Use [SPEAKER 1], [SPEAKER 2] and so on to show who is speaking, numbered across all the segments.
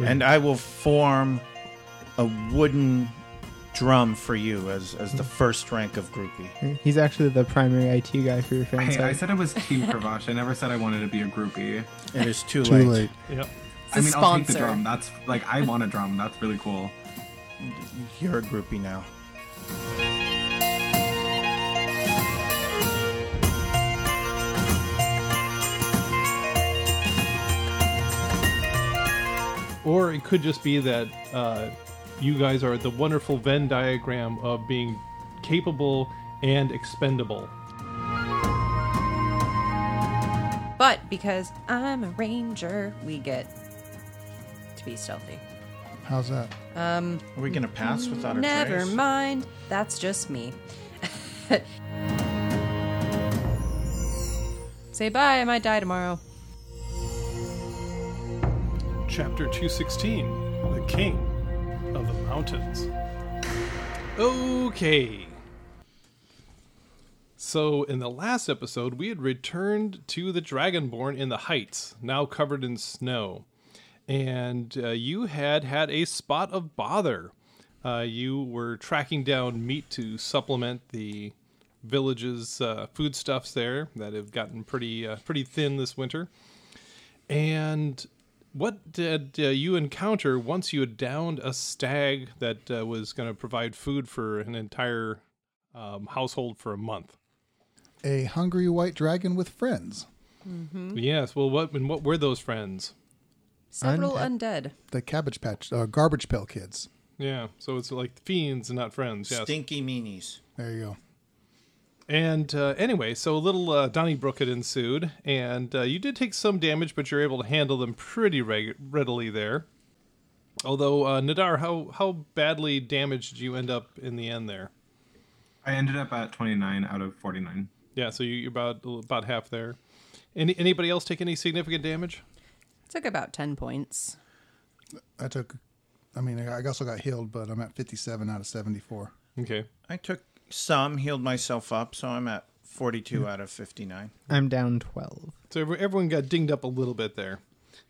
[SPEAKER 1] and I will form a wooden drum for you as as the first rank of groupie.
[SPEAKER 2] He's actually the primary IT guy for your fan
[SPEAKER 3] Hey, I
[SPEAKER 2] site.
[SPEAKER 3] said it was Team Cravash. I never said I wanted to be a groupie.
[SPEAKER 1] It is too,
[SPEAKER 4] Too late.
[SPEAKER 5] Yep.
[SPEAKER 3] I mean, I'll take the
[SPEAKER 6] sponsor.
[SPEAKER 3] drum. That's like I want a drum. That's really cool.
[SPEAKER 1] You're a groupie now.
[SPEAKER 5] Or it could just be that uh, you guys are the wonderful Venn diagram of being capable and expendable.
[SPEAKER 6] But because I'm a ranger, we get to be stealthy.
[SPEAKER 4] How's that?
[SPEAKER 1] Are we gonna pass without a
[SPEAKER 6] Never
[SPEAKER 1] trace?
[SPEAKER 6] mind. That's just me. Say bye. I might die tomorrow.
[SPEAKER 7] Chapter 216 The King of the Mountains.
[SPEAKER 5] Okay. So, in the last episode, we had returned to the Dragonborn in the Heights, now covered in snow. And uh, you had had a spot of bother. Uh, you were tracking down meat to supplement the village's uh, foodstuffs there that have gotten pretty uh, pretty thin this winter. And what did uh, you encounter once you had downed a stag that uh, was going to provide food for an entire um, household for a month?
[SPEAKER 4] A hungry white dragon with friends.
[SPEAKER 5] Yes. Well, what and what were those friends?
[SPEAKER 6] Several
[SPEAKER 4] Undead.
[SPEAKER 6] undead.
[SPEAKER 4] The Cabbage Patch, uh, Garbage Pail Kids.
[SPEAKER 5] Yeah. So it's like fiends and not friends. Yes.
[SPEAKER 1] Stinky meanies.
[SPEAKER 4] There you go.
[SPEAKER 5] And uh, anyway, so a little uh, Donnybrook had ensued, and uh, you did take some damage, but you're able to handle them pretty reg- readily there. Although uh, Nadar, how how badly damaged did you end up in the end there?
[SPEAKER 3] I ended up at 29 out of 49.
[SPEAKER 5] Yeah, so you- you're about about half there. Any anybody else take any significant damage?
[SPEAKER 6] Took about ten points.
[SPEAKER 4] I took, I mean, I I also got healed, but I'm at 57 out of 74.
[SPEAKER 5] Okay.
[SPEAKER 1] I took some, healed myself up, so I'm at 42 out of 59.
[SPEAKER 2] I'm down 12.
[SPEAKER 5] So every- everyone got dinged up a little bit there.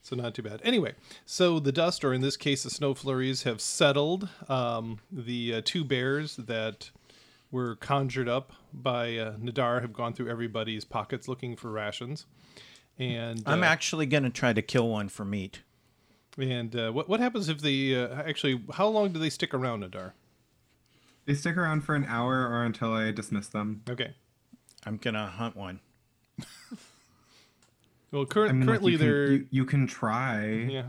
[SPEAKER 5] So not too bad. Anyway, so the dust, or in this case, the snow flurries, have settled. Um, the uh, two bears that were conjured up by uh, Nadar have gone through everybody's pockets looking for rations. And
[SPEAKER 1] I'm
[SPEAKER 5] uh,
[SPEAKER 1] actually gonna try to kill one for meat.
[SPEAKER 5] and uh, what what happens if the uh, actually how long do they stick around, Nadar?
[SPEAKER 3] They stick around for an hour or until I dismiss them.
[SPEAKER 5] Okay.
[SPEAKER 1] I'm gonna hunt one.
[SPEAKER 5] Well, cur-
[SPEAKER 3] I mean, like,
[SPEAKER 5] currently
[SPEAKER 3] you can,
[SPEAKER 5] they're
[SPEAKER 3] you, you can try.
[SPEAKER 5] yeah.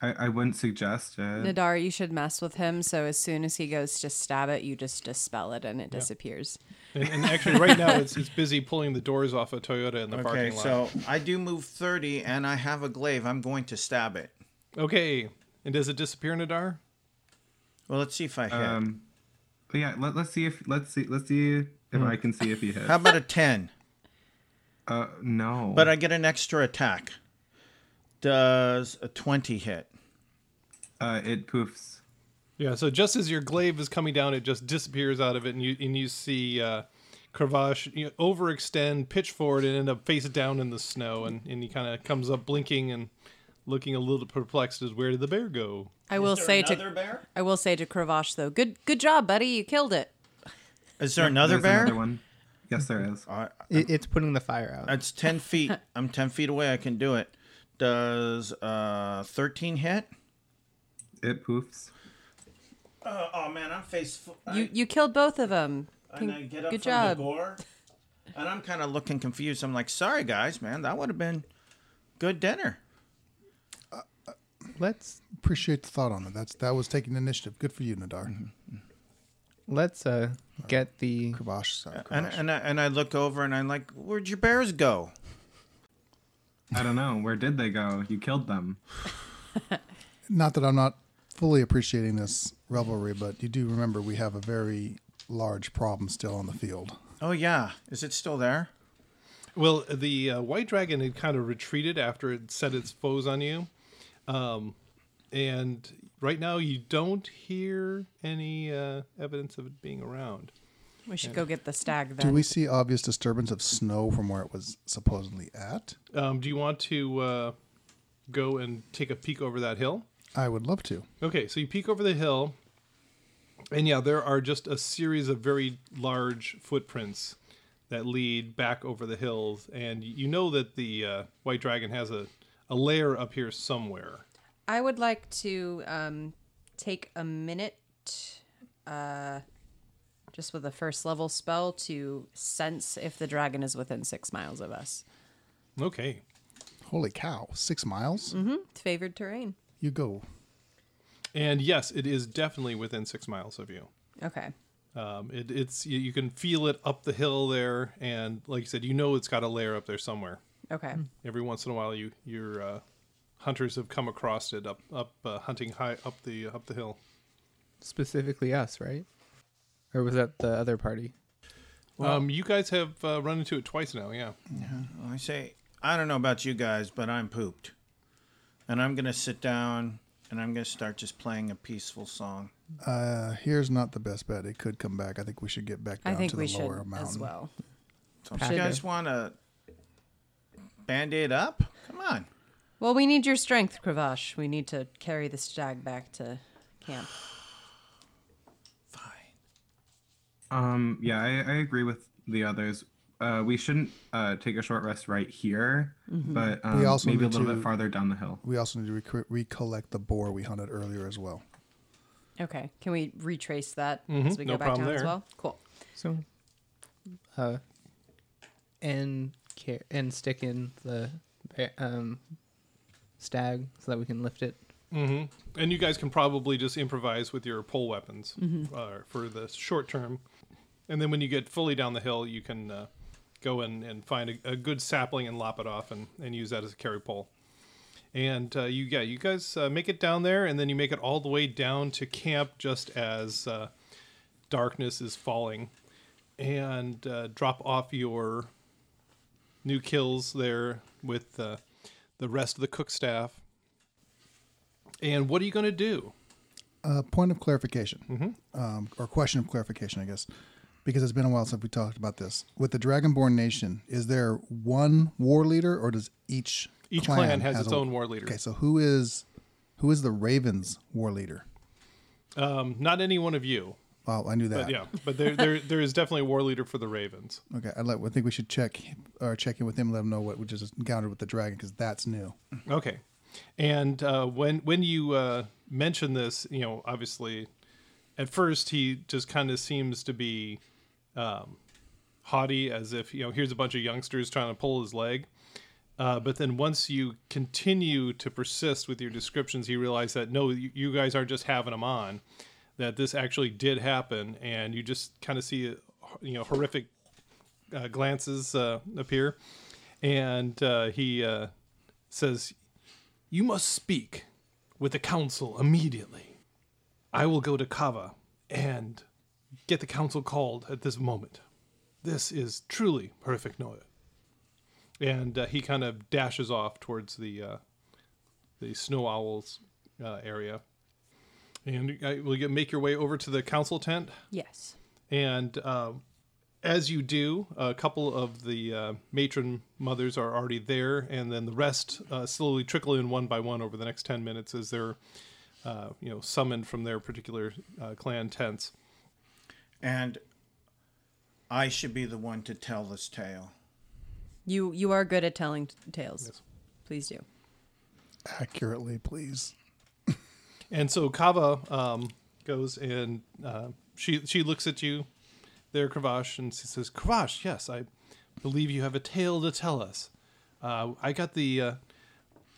[SPEAKER 3] I, I wouldn't suggest it.
[SPEAKER 6] Nadar, you should mess with him. So as soon as he goes to stab it, you just dispel it and it disappears.
[SPEAKER 5] And, and actually, right now it's, it's busy pulling the doors off a Toyota in the
[SPEAKER 1] Okay,
[SPEAKER 5] parking lot.
[SPEAKER 1] so I do move 30, and I have a glaive. I'm going to stab it.
[SPEAKER 5] okay, and does it disappear, Nadar?
[SPEAKER 1] Well, let's see if I hit.
[SPEAKER 3] Um, but yeah, let, let's see if let's see let's see if I can see if he hits.
[SPEAKER 1] How about a 10?
[SPEAKER 3] Uh, no.
[SPEAKER 1] But I get an extra attack. Does a 20 hit?
[SPEAKER 3] uh, it poofs.
[SPEAKER 5] Yeah. So just as your glaive is coming down, it just disappears out of it, and you and you see uh, Cravash you know, overextend, pitch forward, and end up face down in the snow, and and he kind of comes up blinking and looking a little perplexed as where did the bear go?
[SPEAKER 6] I will say to
[SPEAKER 1] bear?
[SPEAKER 6] I will say to Kravash though, good good job, buddy. You killed it.
[SPEAKER 1] Is there another
[SPEAKER 3] There's
[SPEAKER 1] bear?
[SPEAKER 3] Another one. Yes, there is.
[SPEAKER 1] I-
[SPEAKER 2] It, it's putting the fire out.
[SPEAKER 1] That's 10 feet. I'm 10 feet away. I can do it. Does uh, 13 hit?
[SPEAKER 3] It poofs.
[SPEAKER 1] Uh, oh, man, I'm face full.
[SPEAKER 6] You you killed both of them.
[SPEAKER 1] and I get up
[SPEAKER 6] good
[SPEAKER 1] from
[SPEAKER 6] job.
[SPEAKER 1] the gore, and I'm kind of looking confused. I'm like, sorry guys, man, that would have been good dinner.
[SPEAKER 2] Let's
[SPEAKER 4] Appreciate the thought on it. That's That was taking initiative. Good for you, Nadar.
[SPEAKER 2] let's uh get the
[SPEAKER 4] Kibosh, sorry.
[SPEAKER 1] And uh,
[SPEAKER 4] Kibosh.
[SPEAKER 1] and I, and I look over and I'm like, where'd your bears go?
[SPEAKER 3] I don't know. Where did they go? You killed them.
[SPEAKER 4] Not that I'm not fully appreciating this revelry, but you do remember we have a very large problem still on the field.
[SPEAKER 1] Oh yeah, is it still there?
[SPEAKER 5] Well, the uh, white dragon had kind of retreated after it set its foes on you, um, and right now you don't hear any uh, evidence of it being around.
[SPEAKER 6] We should go get the stag
[SPEAKER 4] Do
[SPEAKER 6] then.
[SPEAKER 4] we see obvious disturbance of snow from where it was supposedly at?
[SPEAKER 5] Um, do you want to uh, go and take a peek over that hill?
[SPEAKER 4] I would love to.
[SPEAKER 5] Okay, so you peek over the hill, and yeah, there are just a series of very large footprints that lead back over the hills, and you know that the uh, white dragon has a, a lair up here somewhere.
[SPEAKER 6] I would like to um, take a minute, uh, just with a first level spell, to sense if the dragon is within six miles of us.
[SPEAKER 5] Okay.
[SPEAKER 4] Holy cow! Six miles?
[SPEAKER 6] Favored terrain.
[SPEAKER 4] You go.
[SPEAKER 5] And yes, it is definitely within six miles of you.
[SPEAKER 6] Okay.
[SPEAKER 5] Um, it, it's you, you can feel it up the hill there, and like you said, you know it's got a lair up there somewhere.
[SPEAKER 6] Okay.
[SPEAKER 4] Hmm.
[SPEAKER 5] Every once in a while, you your uh, hunters have come across it up up uh, hunting high up the up the hill.
[SPEAKER 2] Specifically us, right? Or was that the other party?
[SPEAKER 5] um, you guys have uh, run into it twice now, yeah.
[SPEAKER 1] I say, I don't know about you guys, but I'm pooped. And I'm going to sit down and I'm going to start just playing a peaceful song.
[SPEAKER 4] Uh, here's not the best bet. It could come back. I think we should get back down
[SPEAKER 6] I think
[SPEAKER 4] to
[SPEAKER 6] we
[SPEAKER 4] the
[SPEAKER 6] should
[SPEAKER 4] lower mountain.
[SPEAKER 6] as well.
[SPEAKER 1] So if
[SPEAKER 2] Packer.
[SPEAKER 1] you guys want to band aid up? Come on.
[SPEAKER 6] Well, we need your strength, Kravash. We need to carry this stag back to camp.
[SPEAKER 1] Fine.
[SPEAKER 3] Um, yeah, I, I agree with the others. Uh, we shouldn't uh, take a short rest right here, but um,
[SPEAKER 4] also
[SPEAKER 3] maybe a
[SPEAKER 4] need
[SPEAKER 3] little
[SPEAKER 4] to-
[SPEAKER 3] bit farther down the hill.
[SPEAKER 4] We also need to rec- recollect the boar we hunted earlier as well.
[SPEAKER 6] Okay. Can we retrace that
[SPEAKER 5] Mhm,
[SPEAKER 4] Mm-hmm.
[SPEAKER 6] as we
[SPEAKER 5] no
[SPEAKER 6] go back down
[SPEAKER 5] problem
[SPEAKER 6] as
[SPEAKER 5] there.
[SPEAKER 6] well? Cool.
[SPEAKER 2] So, uh, and care and stick in the ba- um stag so that we can lift it.
[SPEAKER 5] And you guys can probably just improvise with your pole weapons uh, for the short term. And then when you get fully down the hill, you can uh, go in and find a, a good sapling and lop it off and, and use that as a carry pole. And uh, you, yeah, you guys uh, make it down there, and then you make it all the way down to camp just as uh, darkness is falling, and uh, drop off your new kills there with uh, the rest of the cook staff. And what are you going to do?
[SPEAKER 4] Uh, point of clarification,
[SPEAKER 5] Mm-hmm.
[SPEAKER 4] um, or question of clarification, I guess, because it's been a while since we talked about this. With the Dragonborn Nation, is there one war leader, or does each
[SPEAKER 5] Each clan has its own war leader.
[SPEAKER 4] Okay, so who is who is the Ravens war leader?
[SPEAKER 5] Um, not any one of you,
[SPEAKER 4] Well, I knew that.
[SPEAKER 5] but Uh, yeah, but there, there, there is definitely a war leader for the Ravens.
[SPEAKER 4] Okay, I, like, I think we should check or check in with him, let him know what we just encountered with the dragon, because that's new.
[SPEAKER 5] Okay, and uh, when when you uh, mention this, you know, obviously, at first he just kind of seems to be um, haughty, as if you know, here's a bunch of youngsters trying to pull his leg. Uh, but then once you continue to persist with your descriptions, he realized that no, you, you guys aren't just having them on, that this actually did happen, and you just kind of see, you know, horrific uh, glances uh, appear, and uh, he uh, says, "You must speak with the council immediately. I will go to Kava and get the council called at this moment. This is truly horrific noise." And uh, he kind of dashes off towards the uh, the snow owls uh, area. And uh, will you make your way over to the council tent?
[SPEAKER 6] Yes.
[SPEAKER 5] And uh, as you do, a couple of the uh, matron mothers are already there, and then the rest uh, slowly trickle in one by one over the next ten minutes as they're, uh, you know, summoned from their particular uh, clan tents.
[SPEAKER 1] And I should be the one to tell this tale.
[SPEAKER 6] You you are good at telling t- tales. Please do.
[SPEAKER 4] Accurately, please.
[SPEAKER 5] And so Kava um, goes and uh, she she looks at you there, Kravash, and she says, Kravash, yes, I believe you have a tale to tell us. Uh, I got the uh,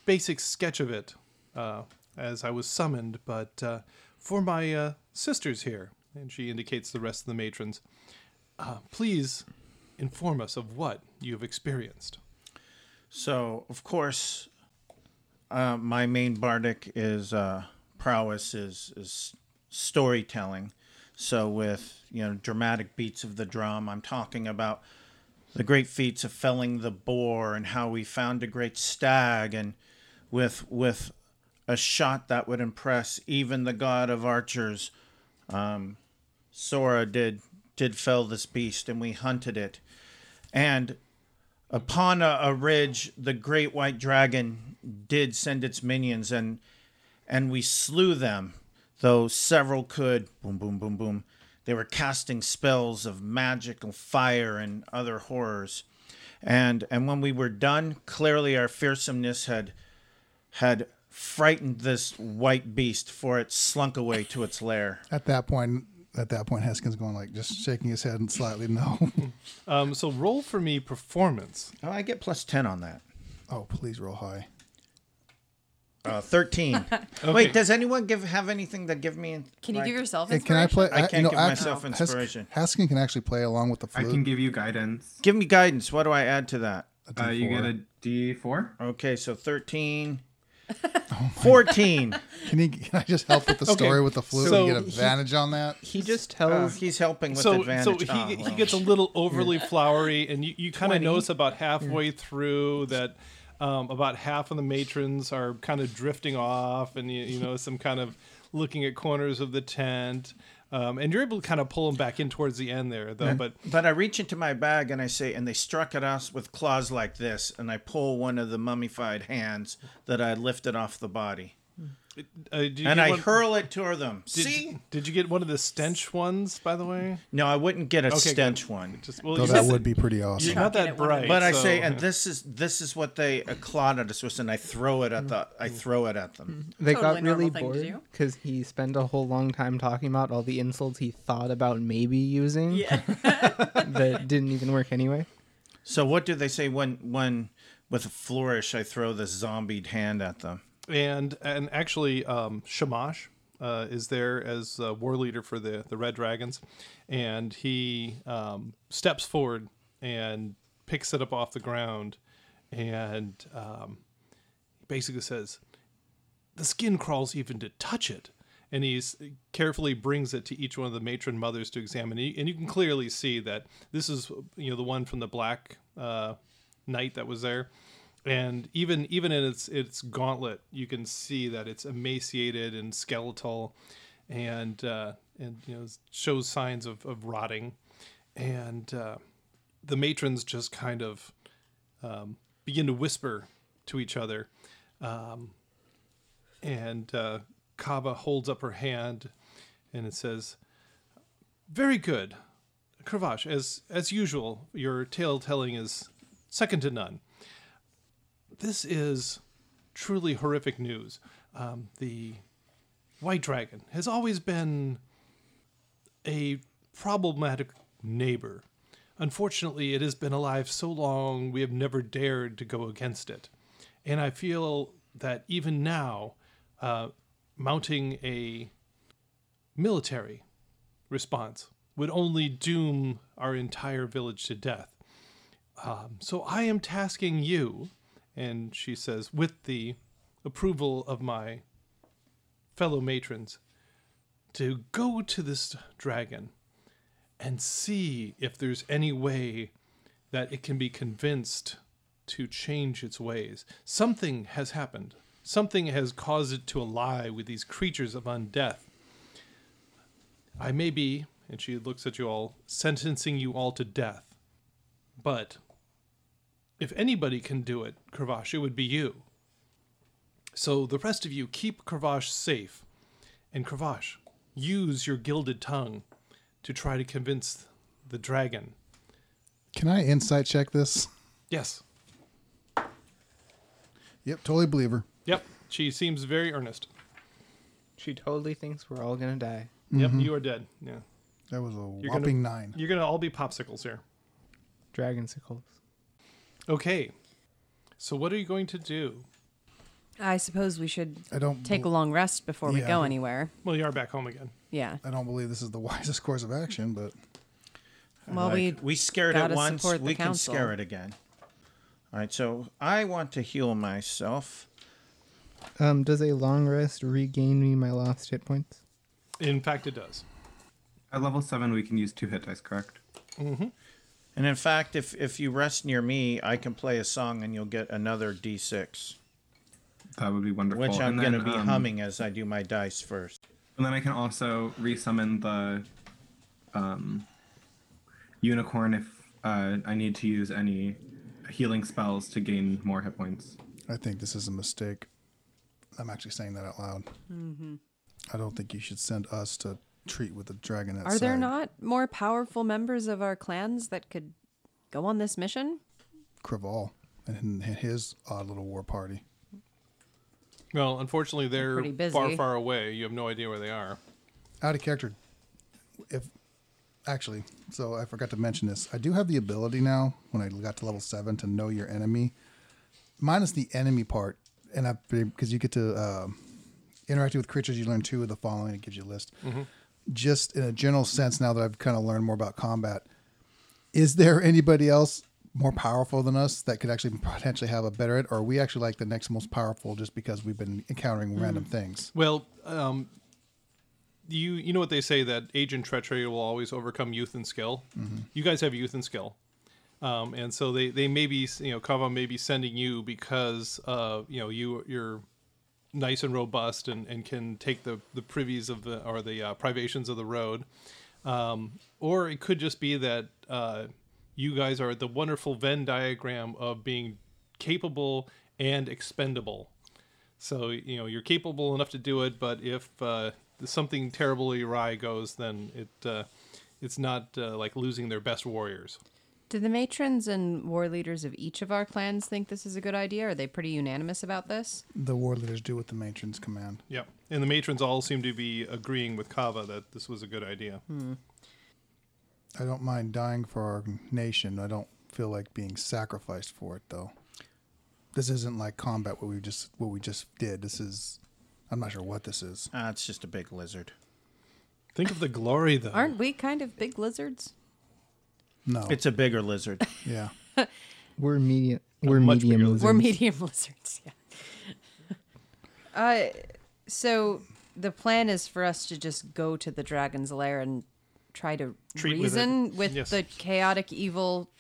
[SPEAKER 5] basic sketch of it uh, as I was summoned, but uh, for my uh, sisters here, and she indicates the rest of the matrons, uh, please inform us of what you have experienced.
[SPEAKER 1] So, of course, uh, my main bardic is uh, prowess is is storytelling. So, with you know dramatic beats of the drum, I'm talking about the great feats of felling the boar and how we found a great stag, and with with a shot that would impress even the god of archers. Um, Sora did did fell this beast, and we hunted it, and upon a, a ridge the great white dragon did send its minions and and we slew them, though several could boom, boom, boom, boom. They were casting spells of magical fire and other horrors. And, and when we were done, clearly our fearsomeness had had frightened this white beast, for it slunk away to its lair.
[SPEAKER 4] At that point, at that point, Haskins going like just shaking his head and slightly no.
[SPEAKER 5] Um, so roll for me performance.
[SPEAKER 1] Oh, I get plus ten on that.
[SPEAKER 4] oh, please roll high.
[SPEAKER 1] Uh, Thirteen. Wait, does anyone give have anything to give me?
[SPEAKER 6] Can you
[SPEAKER 1] like-
[SPEAKER 6] give yourself
[SPEAKER 4] Hey, can I
[SPEAKER 6] inspiration?
[SPEAKER 4] play?
[SPEAKER 1] I can't
[SPEAKER 4] you know,
[SPEAKER 1] give
[SPEAKER 4] I-
[SPEAKER 1] myself
[SPEAKER 4] Hask-
[SPEAKER 1] inspiration.
[SPEAKER 4] Haskins can actually play along with the
[SPEAKER 3] I
[SPEAKER 4] flute.
[SPEAKER 3] can give you guidance.
[SPEAKER 1] Give me guidance. What do I add to that?
[SPEAKER 4] A
[SPEAKER 3] Uh, you
[SPEAKER 4] D4.
[SPEAKER 3] get a D4.
[SPEAKER 1] Okay, so 13.
[SPEAKER 5] Oh
[SPEAKER 1] 14.
[SPEAKER 4] Can, he, can I just help with the story with the flute
[SPEAKER 5] so
[SPEAKER 4] and get advantage on that?
[SPEAKER 2] He just
[SPEAKER 3] Uh,
[SPEAKER 2] tells
[SPEAKER 1] Uh, He's helping with
[SPEAKER 5] so
[SPEAKER 1] advantage.
[SPEAKER 5] so he,
[SPEAKER 1] Ah,
[SPEAKER 5] he
[SPEAKER 1] well.
[SPEAKER 5] gets a little overly flowery, and you, you kind of notice about halfway through that um, about half of the matrons are kind of drifting off, and you, you know some kind of looking at corners of the tent, um, and you're able to kind of pull them back in towards the end there, though. But
[SPEAKER 1] But I reach into my bag and I say, and they struck at us with claws like this. And I pull one of the mummified hands that I lifted off the body.
[SPEAKER 5] uh, did you
[SPEAKER 1] And
[SPEAKER 5] get
[SPEAKER 1] I
[SPEAKER 5] one-
[SPEAKER 1] hurl it toward them.
[SPEAKER 5] Did,
[SPEAKER 1] See?
[SPEAKER 5] did you get one of the stench ones, by the way?
[SPEAKER 1] No, I wouldn't get a
[SPEAKER 5] good.
[SPEAKER 1] stench one.
[SPEAKER 5] Just well,
[SPEAKER 4] Though
[SPEAKER 5] you
[SPEAKER 4] that
[SPEAKER 5] said-
[SPEAKER 4] would be pretty
[SPEAKER 5] You're
[SPEAKER 4] awesome.
[SPEAKER 5] not
[SPEAKER 6] Get
[SPEAKER 5] that
[SPEAKER 6] it one of
[SPEAKER 5] bright.
[SPEAKER 1] But I
[SPEAKER 5] so-
[SPEAKER 1] say, and this is this is what they uh, clawed at us with, and I throw it at
[SPEAKER 5] Mm.
[SPEAKER 1] the I throw it at them.
[SPEAKER 2] they
[SPEAKER 6] Totally
[SPEAKER 2] got
[SPEAKER 6] normal
[SPEAKER 2] really
[SPEAKER 6] thing to
[SPEAKER 2] bored
[SPEAKER 6] do.
[SPEAKER 2] because he spent a whole long time talking about all the insults he thought about maybe using
[SPEAKER 6] Yeah.
[SPEAKER 2] that didn't even work anyway.
[SPEAKER 1] So what do they say when when with a flourish I throw this zombied hand at them?
[SPEAKER 5] and and actually um, Shamash uh, is there as uh, war leader for the the Red Dragons, and he um, steps forward and picks it up off the ground, and um, basically says, "The skin crawls even to touch it." And he's carefully brings it to each one of the matron mothers to examine, and you- and you can clearly see that this is you know the one from the black uh, knight that was there and even even in its its gauntlet, you can see that it's emaciated and skeletal, and uh, and you know shows signs of, of rotting, and uh, the matrons just kind of um, begin to whisper to each other, um, and uh, Kava holds up her hand, and it says, "Very good, Kravash. As as usual, your tale telling is second to none." this is truly horrific news. Um, the White Dragon has always been a problematic neighbor. Unfortunately, it has been alive so long, we have never dared to go against it. And I feel that even now, uh, mounting a military response would only doom our entire village to death. Um, So I am tasking you, and she says, with the approval of my fellow matrons, to go to this dragon and see if there's any way that it can be convinced to change its ways. Something has happened. Something has caused it to ally with these creatures of undeath. I may be, and she looks at you all, sentencing you all to death. But if anybody can do it, Kravash, it would be you. So the rest of you keep Kravash safe. And Kravash, use your gilded tongue to try to convince the dragon.
[SPEAKER 4] Can I insight check this?
[SPEAKER 5] Yes.
[SPEAKER 4] Yep, totally believer.
[SPEAKER 5] Yep. She seems very earnest.
[SPEAKER 2] She totally thinks we're all gonna die.
[SPEAKER 5] Yep,
[SPEAKER 6] Mm-hmm.
[SPEAKER 5] you are dead. Yeah.
[SPEAKER 4] That was a
[SPEAKER 5] You're gonna-
[SPEAKER 4] whopping nine.
[SPEAKER 5] You're gonna all be popsicles here.
[SPEAKER 2] Dragonsicle.
[SPEAKER 5] Okay. So what are you going to do?
[SPEAKER 6] I suppose we should
[SPEAKER 4] I don't.
[SPEAKER 6] take a
[SPEAKER 4] bel-
[SPEAKER 6] long rest before we
[SPEAKER 4] Yeah.
[SPEAKER 6] go anywhere.
[SPEAKER 5] Well, you are back home again.
[SPEAKER 6] Yeah.
[SPEAKER 4] I don't believe this is the wisest course of action, but
[SPEAKER 6] Well, we
[SPEAKER 1] we scared it
[SPEAKER 6] gotta
[SPEAKER 1] once,
[SPEAKER 6] support the
[SPEAKER 1] we can
[SPEAKER 6] council.
[SPEAKER 1] scare it again. All right, so I want to heal myself.
[SPEAKER 2] Um, does a long rest regain me my lost hit points?
[SPEAKER 5] In fact it does.
[SPEAKER 3] At level 7, we can use two hit dice, correct?
[SPEAKER 1] And in fact, if if you rest near me, I can play a song and you'll get another d6,
[SPEAKER 3] That would be wonderful.
[SPEAKER 1] which I'm
[SPEAKER 3] And
[SPEAKER 1] going to
[SPEAKER 3] then,
[SPEAKER 1] be
[SPEAKER 3] um,
[SPEAKER 1] humming as I do my dice first.
[SPEAKER 3] And then I can also resummon the um, unicorn if uh, I need to use any healing spells to gain more hit points.
[SPEAKER 4] I think this is a mistake. I'm actually saying that out loud.
[SPEAKER 6] Mm-hmm.
[SPEAKER 4] I don't think you should send us to treat with the dragon outside.
[SPEAKER 6] Are there not more powerful members of our clans that could go on this mission?
[SPEAKER 4] Craval and h- his odd little war party?
[SPEAKER 5] Well, unfortunately, they're
[SPEAKER 6] pretty busy.
[SPEAKER 5] far, far away. You have no idea where they are.
[SPEAKER 4] Out of character. If actually, so I forgot to mention this. I do have the ability now when I got to level seven to know your enemy, minus the enemy part, and I because you get to um interact with creatures. You learn two of the following. It gives you a list. Just in a general sense, now that I've kind of learned more about combat, is there anybody else more powerful than us that could actually potentially have a better it, or are we actually like the next most powerful just because we've been encountering random things?
[SPEAKER 5] Well, um, you you know what they say that age and treachery will always overcome youth and skill. You guys have youth and skill, um, and so they they may be you know Kava may be sending you because uh, you know you you're nice and robust and, and can take the the privies of the or the uh, privations of the road, um, or it could just be that uh, you guys are the wonderful Venn diagram of being capable and expendable. So you know you're capable enough to do it, but if uh, something terribly awry goes, then it uh, it's not uh, like losing their best warriors.
[SPEAKER 6] Do the matrons and war leaders of each of our clans think this is a good idea? Are they pretty unanimous about this?
[SPEAKER 4] The war leaders do what the matron's command.
[SPEAKER 5] Yep. And the matrons all seem to be agreeing with Kava that this was a good idea.
[SPEAKER 4] I don't mind dying for our nation. I don't feel like being sacrificed for it though. This isn't like combat what we just what we just did. This is I'm not sure what this is.
[SPEAKER 1] Ah, it's just a big lizard.
[SPEAKER 5] Think of the glory, though.
[SPEAKER 6] Aren't we kind of big lizards?
[SPEAKER 4] No.
[SPEAKER 3] Oh.
[SPEAKER 1] It's a bigger lizard.
[SPEAKER 4] yeah.
[SPEAKER 2] We're medium. We're
[SPEAKER 5] much
[SPEAKER 2] medium.
[SPEAKER 5] bigger
[SPEAKER 2] lizards.
[SPEAKER 6] We're medium lizards, yeah. uh, so the plan is for us to just go to the dragon's lair and try to
[SPEAKER 5] Treat with it.
[SPEAKER 6] reason with,
[SPEAKER 5] Yes.
[SPEAKER 6] the chaotic, evil,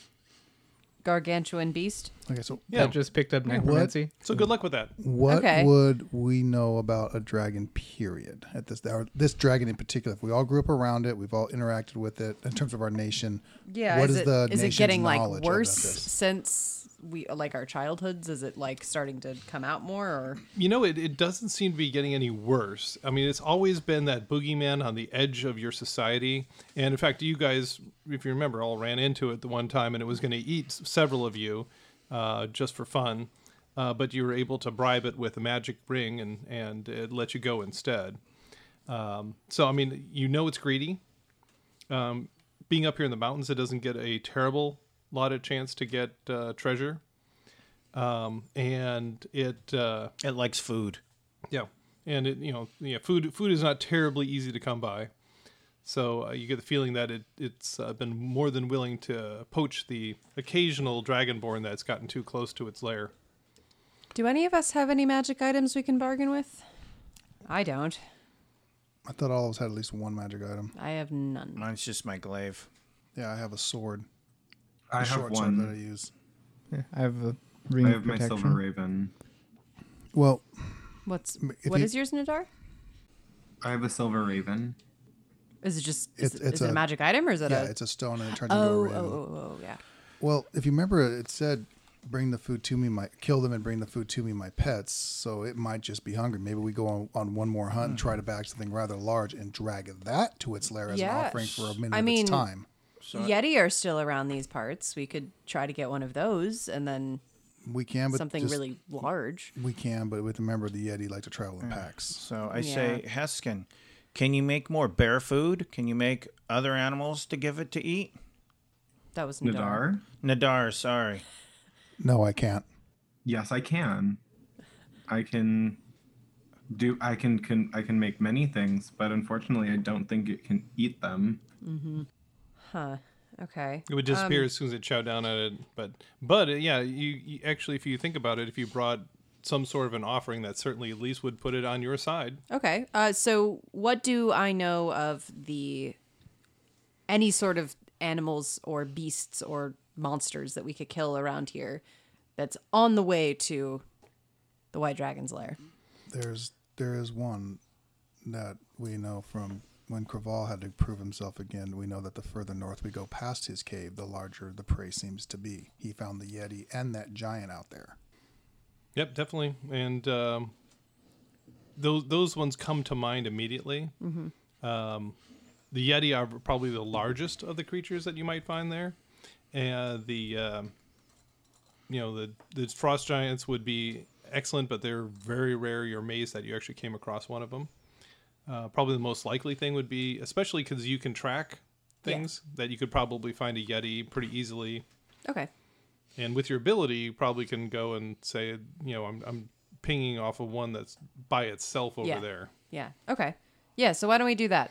[SPEAKER 6] gargantuan beast.
[SPEAKER 4] Okay, so
[SPEAKER 5] Yeah.
[SPEAKER 2] That just picked up necromancy.
[SPEAKER 5] So good luck with that.
[SPEAKER 4] what
[SPEAKER 6] Okay.
[SPEAKER 4] would we know about a dragon period at this or this dragon in particular? If we all grew up around it, we've all interacted with it in terms of our nation.
[SPEAKER 6] Yeah,
[SPEAKER 4] what
[SPEAKER 6] is
[SPEAKER 4] is,
[SPEAKER 6] it-
[SPEAKER 4] the
[SPEAKER 6] is it
[SPEAKER 4] nation's
[SPEAKER 6] getting like
[SPEAKER 4] knowledge about
[SPEAKER 6] worse
[SPEAKER 4] this?
[SPEAKER 6] since we like our childhoods? Is it like starting to come out more or
[SPEAKER 5] You know, it, it doesn't seem to be getting any worse. I mean, it's always been that boogeyman on the edge of your society. And in fact, you guys, if you remember, all ran into it the one time and it was going to eat s- several of you uh, just for fun. Uh, but you were able to bribe it with a magic ring and, and it let you go instead. Um, so, I mean, you know it's greedy. Um, being up here in the mountains, it doesn't get a terrible lot of chance to get uh, treasure. Um, and it. Uh,
[SPEAKER 1] It likes food.
[SPEAKER 5] yeah, and it you know yeah food food is not terribly easy to come by, so uh, you get the feeling that it it's uh, been more than willing to poach the occasional dragonborn that's gotten too close to its lair.
[SPEAKER 6] do any of us have any magic items we can bargain with? I don't.
[SPEAKER 4] I thought all of us had at least one magic item.
[SPEAKER 6] I have none.
[SPEAKER 1] Mine's just my glaive.
[SPEAKER 4] Yeah, I have a sword.
[SPEAKER 3] I
[SPEAKER 4] a
[SPEAKER 3] have
[SPEAKER 4] short
[SPEAKER 3] one.
[SPEAKER 4] sword that I use.
[SPEAKER 2] Yeah, I have a ring
[SPEAKER 3] I
[SPEAKER 2] of
[SPEAKER 3] have my
[SPEAKER 2] protection.
[SPEAKER 3] silver raven.
[SPEAKER 4] Well,
[SPEAKER 6] What's what is
[SPEAKER 4] if you-
[SPEAKER 6] yours, Nadar?
[SPEAKER 3] I have a silver raven.
[SPEAKER 6] Is it just
[SPEAKER 4] It's-
[SPEAKER 6] is, it-
[SPEAKER 4] it's
[SPEAKER 6] is it a
[SPEAKER 4] a-
[SPEAKER 6] magic item or is it
[SPEAKER 4] yeah,
[SPEAKER 6] a
[SPEAKER 4] it's a stone and it turns into a
[SPEAKER 6] oh, oh
[SPEAKER 4] raven.
[SPEAKER 6] oh oh yeah.
[SPEAKER 4] Well, if you remember, it said, "Bring the food to me, my kill them and bring the food to me, my pets." So it might just be hungry. Maybe we go on, on one more hunt and try
[SPEAKER 6] Hmm.
[SPEAKER 4] to bag something rather large and drag that to its lair as
[SPEAKER 6] Yeah.
[SPEAKER 4] an offering for a minute
[SPEAKER 6] I
[SPEAKER 4] of
[SPEAKER 6] mean-
[SPEAKER 4] its time.
[SPEAKER 6] Yeti are still around these parts. We could try to get one of those and then
[SPEAKER 4] We can, but
[SPEAKER 6] something
[SPEAKER 4] just-
[SPEAKER 6] really large.
[SPEAKER 4] we can, but with remember the Yeti like to travel in packs.
[SPEAKER 1] So I say, Heskin, can you make more bear food? Can you make other animals to give it to eat?
[SPEAKER 6] That was Nadar.
[SPEAKER 3] Nadar?
[SPEAKER 1] Nadar, sorry.
[SPEAKER 4] No, I can't.
[SPEAKER 3] Yes, I can. I can do I can, can I can make many things, but unfortunately I don't think it can eat them.
[SPEAKER 6] Huh. Okay.
[SPEAKER 5] It would disappear as soon as it chowed down at it. But but uh, yeah, you, you actually, if you think about it, if you brought some sort of an offering, that certainly at least would put it on your side.
[SPEAKER 6] Okay. Uh, so what do I know of the any sort of animals or beasts or monsters that we could kill around here that's on the way to the White Dragon's lair?
[SPEAKER 4] There's there is one that we know from when Craval had to prove himself again. We know that the further north we go past his cave, the larger the prey seems to be. He found the Yeti and that giant out there.
[SPEAKER 5] Yep, definitely. And um, those those ones come to mind immediately. Um, the yeti are probably the largest of the creatures that you might find there, and the um you know the the frost giants would be excellent, but they're very rare. You're amazed that you actually came across one of them. Uh, probably the most likely thing would be, especially because you can track
[SPEAKER 6] Yeah.
[SPEAKER 5] things, that you could probably find a yeti pretty easily
[SPEAKER 6] Okay.
[SPEAKER 5] and with your ability you probably can go and say you know i'm, I'm pinging off of one that's by itself over
[SPEAKER 6] Yeah.
[SPEAKER 5] there
[SPEAKER 6] Yeah. Okay. Yeah. So why don't we do that?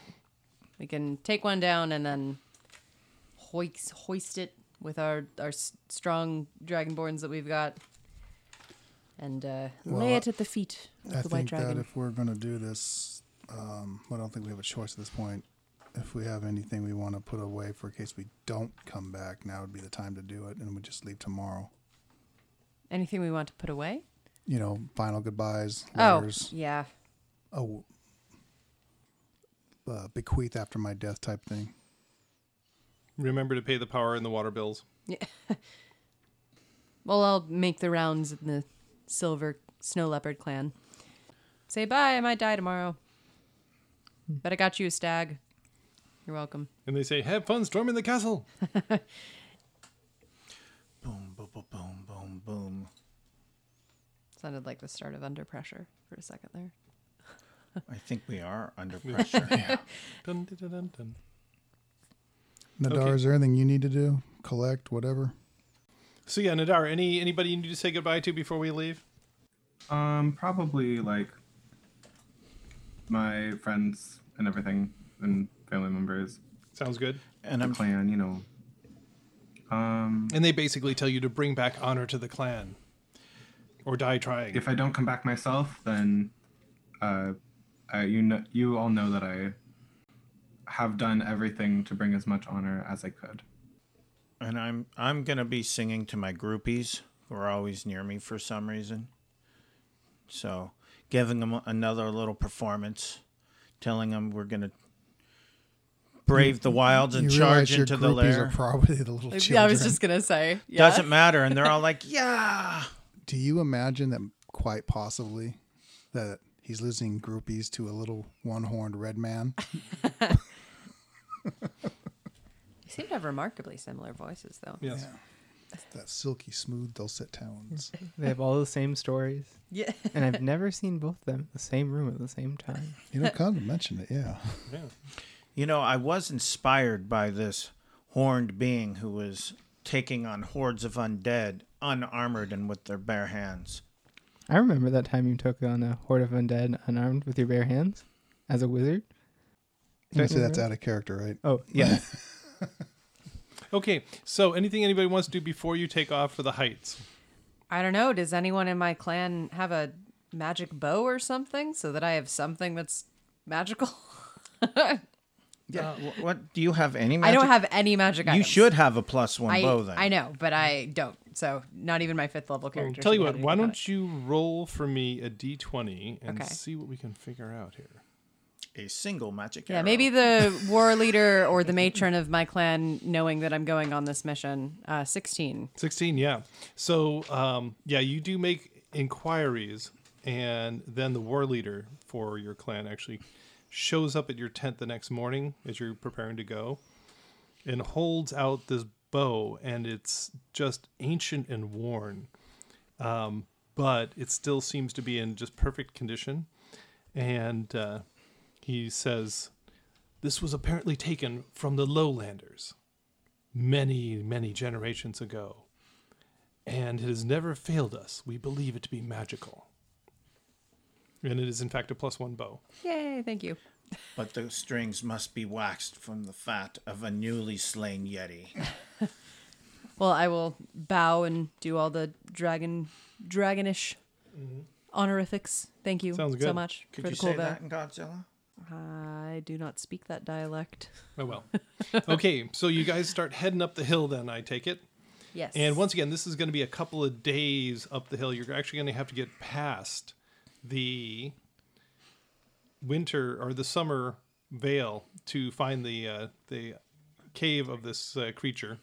[SPEAKER 6] We can take one down and then hoist hoist it with our our s- strong dragonborns that we've got, and uh, lay
[SPEAKER 4] Well,
[SPEAKER 6] it at the feet of
[SPEAKER 4] I
[SPEAKER 6] the white
[SPEAKER 4] think that
[SPEAKER 6] dragon.
[SPEAKER 4] if we're going to do this, um, I don't think we have a choice at this point. If we have anything we want to put away for in case we don't come back, now would be the time to do it, and we just leave tomorrow.
[SPEAKER 6] Anything we want to put away?
[SPEAKER 4] You know, final goodbyes, letters,
[SPEAKER 6] Oh, yeah.
[SPEAKER 4] oh. uh, bequeath after my death type thing.
[SPEAKER 5] remember to pay the power and the water bills
[SPEAKER 6] Well, I'll make the rounds in the silver snow leopard clan. Say bye. I might die tomorrow, but I got you a stag. You're welcome.
[SPEAKER 5] and they say have fun storming the castle
[SPEAKER 1] Boom, boom, boom, boom, boom, boom.
[SPEAKER 6] Sounded like the start of Under Pressure for a second there.
[SPEAKER 1] I think we are under pressure.
[SPEAKER 5] dun, dun, dun, dun, dun.
[SPEAKER 4] Nadar,
[SPEAKER 5] Okay.
[SPEAKER 4] is there anything you need to do? Collect, whatever?
[SPEAKER 5] so yeah nadar any anybody you need to say goodbye to before we leave
[SPEAKER 3] Um, probably like my friends and everything and family members,
[SPEAKER 5] sounds good
[SPEAKER 1] And
[SPEAKER 3] the
[SPEAKER 1] I'm
[SPEAKER 3] clan, you know. Um,
[SPEAKER 5] and they basically tell you to bring back honor to the clan or die trying
[SPEAKER 3] if I don't come back myself, then uh, I, you know, you all know that I have done everything to bring as much honor as I could.
[SPEAKER 1] and I'm I'm gonna be singing to my groupies who are always near me for some reason. So giving them another little performance, telling them we're gonna brave the wilds and
[SPEAKER 4] you
[SPEAKER 1] charge
[SPEAKER 4] realize your
[SPEAKER 1] into the
[SPEAKER 4] groupies are
[SPEAKER 1] lair.
[SPEAKER 4] probably the little children.
[SPEAKER 6] Yeah, I was just gonna say. Yeah.
[SPEAKER 1] Doesn't matter, and they're all like, "Yeah."
[SPEAKER 4] Do you imagine that quite possibly that he's losing groupies to a little one-horned red man?
[SPEAKER 6] You seem to have remarkably similar voices, though.
[SPEAKER 5] yes
[SPEAKER 4] that silky smooth dulcet tones.
[SPEAKER 2] They have all the same stories,
[SPEAKER 6] Yeah.
[SPEAKER 2] and I've never seen both of them in the same room at the same time.
[SPEAKER 4] You know, kind of mentioned it, yeah.
[SPEAKER 1] You know, I was inspired by this horned being who was taking on hordes of undead, unarmored and with their bare hands.
[SPEAKER 2] I remember that time you took on a horde of undead unarmed with your bare hands as a wizard.
[SPEAKER 4] You say that's out of character, right?
[SPEAKER 2] Oh yeah,
[SPEAKER 5] okay so anything anybody wants to do before you take off for the heights
[SPEAKER 6] I don't know. Does anyone in my clan have a magic bow or something so that I have something that's magical?
[SPEAKER 1] Yeah. Uh, what do you have any?
[SPEAKER 6] I
[SPEAKER 1] Magic?
[SPEAKER 6] don't have any magic.
[SPEAKER 1] You
[SPEAKER 6] items.
[SPEAKER 1] should have a plus one
[SPEAKER 6] I,
[SPEAKER 1] bow then.
[SPEAKER 6] I know, but I don't. So not even my fifth level
[SPEAKER 5] Well,
[SPEAKER 6] character.
[SPEAKER 5] tell you
[SPEAKER 6] should
[SPEAKER 5] what,
[SPEAKER 6] know
[SPEAKER 5] why
[SPEAKER 6] anything about
[SPEAKER 5] don't you roll for me a d20 and
[SPEAKER 6] Okay.
[SPEAKER 5] see what we can figure out here?
[SPEAKER 1] a single magic
[SPEAKER 6] it.
[SPEAKER 1] arrow.
[SPEAKER 6] Yeah, maybe the war leader or the matron of my clan, knowing that I'm going on this mission. Uh, Sixteen.
[SPEAKER 5] 16, yeah. So, um, yeah, you do make inquiries, and then the war leader for your clan actually shows up at your tent the next morning as you're preparing to go and holds out this bow, and it's just ancient and worn, um, but it still seems to be in just perfect condition. And uh, he says, This was apparently taken from the lowlanders many, many generations ago, and it has never failed us. We believe it to be magical. And it is, in fact, a plus one bow.
[SPEAKER 6] Yay! Thank you.
[SPEAKER 1] But the strings must be waxed from the fat of a newly slain yeti.
[SPEAKER 6] Well, I will bow and do all the dragon, dragonish honorifics. Thank you
[SPEAKER 5] Mm-hmm. Sounds
[SPEAKER 6] so
[SPEAKER 5] good.
[SPEAKER 6] much
[SPEAKER 1] Could
[SPEAKER 6] for
[SPEAKER 1] you
[SPEAKER 6] the cool
[SPEAKER 1] say
[SPEAKER 6] bow.
[SPEAKER 1] that in Godzilla?
[SPEAKER 6] I do not speak that dialect.
[SPEAKER 5] Oh, well. okay, so you guys start heading up the hill, then, I take it.
[SPEAKER 6] Yes.
[SPEAKER 5] And once again, this is going to be a couple of days up the hill. You're actually going to have to get past the winter or the summer veil to find the uh, the cave of this uh, creature.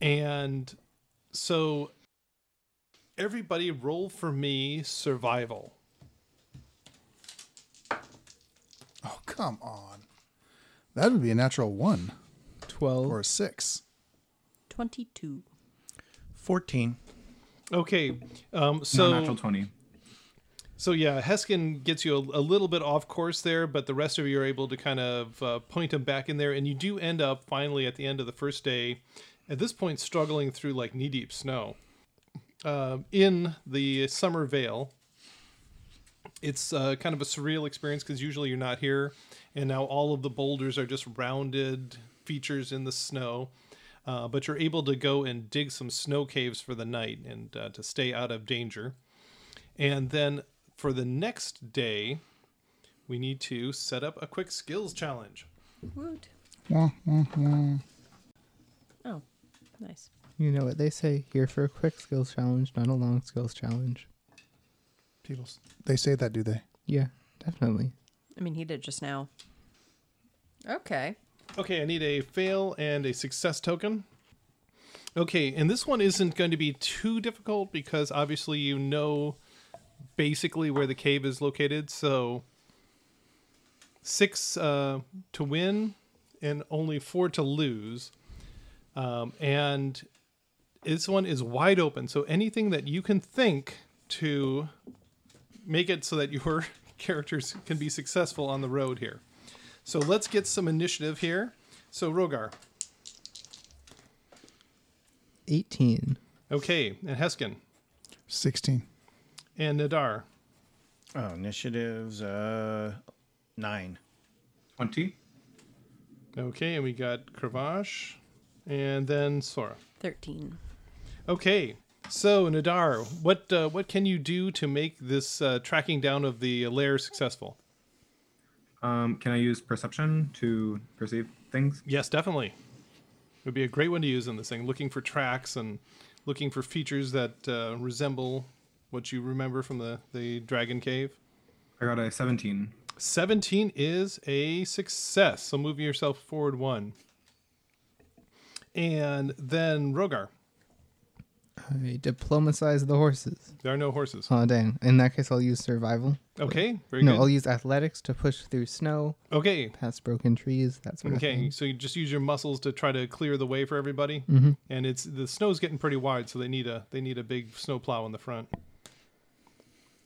[SPEAKER 5] And so, everybody, roll for me survival.
[SPEAKER 4] Oh, Come on. That would be a natural one or
[SPEAKER 2] Twelve.
[SPEAKER 4] a six.
[SPEAKER 6] 22.
[SPEAKER 1] 14.
[SPEAKER 5] Okay, um,
[SPEAKER 3] No,
[SPEAKER 5] so
[SPEAKER 3] natural 20.
[SPEAKER 5] So yeah, Heskin gets you a, a little bit off course there, but the rest of you are able to kind of uh, point him back in there, and you do end up finally at the end of the first day, at this point struggling through like knee deep snow, Um in the summer veil. It's uh, kind of a surreal experience because usually you're not here, and now all of the boulders are just rounded features in the snow. Uh, but you're able to go and dig some snow caves for the night and uh, to stay out of danger. And then for the next day, we need to set up a quick skills challenge.
[SPEAKER 6] Woot. Oh, nice.
[SPEAKER 2] You know what they say? Here for a quick skills challenge, not a long skills challenge.
[SPEAKER 4] People, s- they say that, do they?
[SPEAKER 2] Yeah, definitely.
[SPEAKER 6] I mean, he did just now. Okay.
[SPEAKER 5] Okay, I need a fail and a success token. Okay, and this one isn't going to be too difficult because obviously you know basically where the cave is located. So six uh, to win and only four to lose. Um, and this one is wide open. So anything that you can think to make it so that your characters can be successful on the road here. So let's get some initiative here. So Rogar,
[SPEAKER 2] Eighteen.
[SPEAKER 5] okay, and Heskin
[SPEAKER 4] 16.
[SPEAKER 5] and Nadar.
[SPEAKER 1] Oh, initiatives, uh, nine.
[SPEAKER 3] 20?
[SPEAKER 5] Okay, and we got Kravash and then Sora.
[SPEAKER 6] 13.
[SPEAKER 5] Okay, so Nadar, what uh, what can you do to make this uh, tracking down of the lair successful?
[SPEAKER 3] Um, can I use perception to perceive things?
[SPEAKER 5] Yes, definitely. It would be a great one to use in this thing, looking for tracks and looking for features that uh, resemble what you remember from the, the Dragon Cave.
[SPEAKER 3] I got a 17.
[SPEAKER 5] 17 is a success. So move yourself forward one. And then Rogar.
[SPEAKER 2] I diplomacize the horses.
[SPEAKER 5] There are no horses.
[SPEAKER 2] Oh dang! In that case, I'll use survival.
[SPEAKER 5] Okay, very
[SPEAKER 2] No,
[SPEAKER 5] good.
[SPEAKER 2] I'll use athletics to push through snow,
[SPEAKER 5] okay.
[SPEAKER 2] past broken trees, that sort of
[SPEAKER 5] Okay,
[SPEAKER 2] thing.
[SPEAKER 5] so you just use your muscles to try to clear the way for everybody,
[SPEAKER 2] Mm-hmm.
[SPEAKER 5] and it's the snow's getting pretty wide, so they need a they need a big snow plow in the front.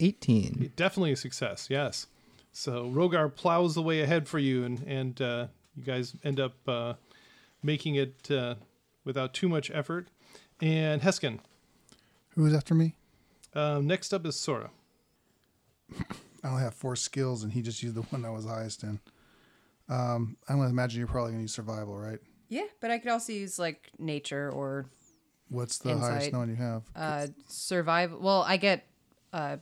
[SPEAKER 2] Eighteen.
[SPEAKER 5] Definitely a success, yes. So Rogar plows the way ahead for you, and and uh, you guys end up uh, making it uh, without too much effort. And Heskin,
[SPEAKER 4] Who's after me?
[SPEAKER 5] Um, next up is Sora.
[SPEAKER 4] I only have four skills, and he just used the one I was highest in. Um, I'm going to imagine you're probably going to use survival, right?
[SPEAKER 6] Yeah, but I could also use like nature or
[SPEAKER 4] What's the
[SPEAKER 6] Insight.
[SPEAKER 4] highest one you have?
[SPEAKER 6] uh survival. Well, I get uh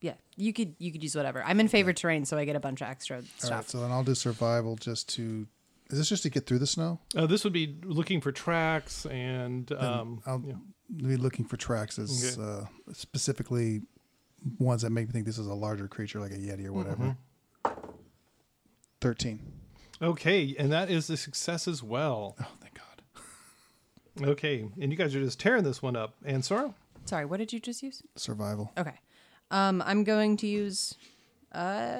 [SPEAKER 6] yeah, you could you could use whatever. I'm in favored terrain, so I get a bunch of extra
[SPEAKER 4] All right,
[SPEAKER 6] stuff.
[SPEAKER 4] so then I'll do survival just to. Is this just to get through the snow?
[SPEAKER 5] Uh, this would be looking for tracks and um,
[SPEAKER 4] I'll
[SPEAKER 5] yeah.
[SPEAKER 4] be looking for tracks as uh, specifically ones that make me think this is a larger creature like a yeti or whatever.
[SPEAKER 5] Mm-hmm.
[SPEAKER 4] 13.
[SPEAKER 5] okay, and that is a success as well.
[SPEAKER 4] Oh, thank God.
[SPEAKER 5] Okay, and you guys are just tearing this one up. And Sora,
[SPEAKER 6] Sorry, what did you just use?
[SPEAKER 5] Oh.
[SPEAKER 4] Survival.
[SPEAKER 6] Okay. Um I'm going to use uh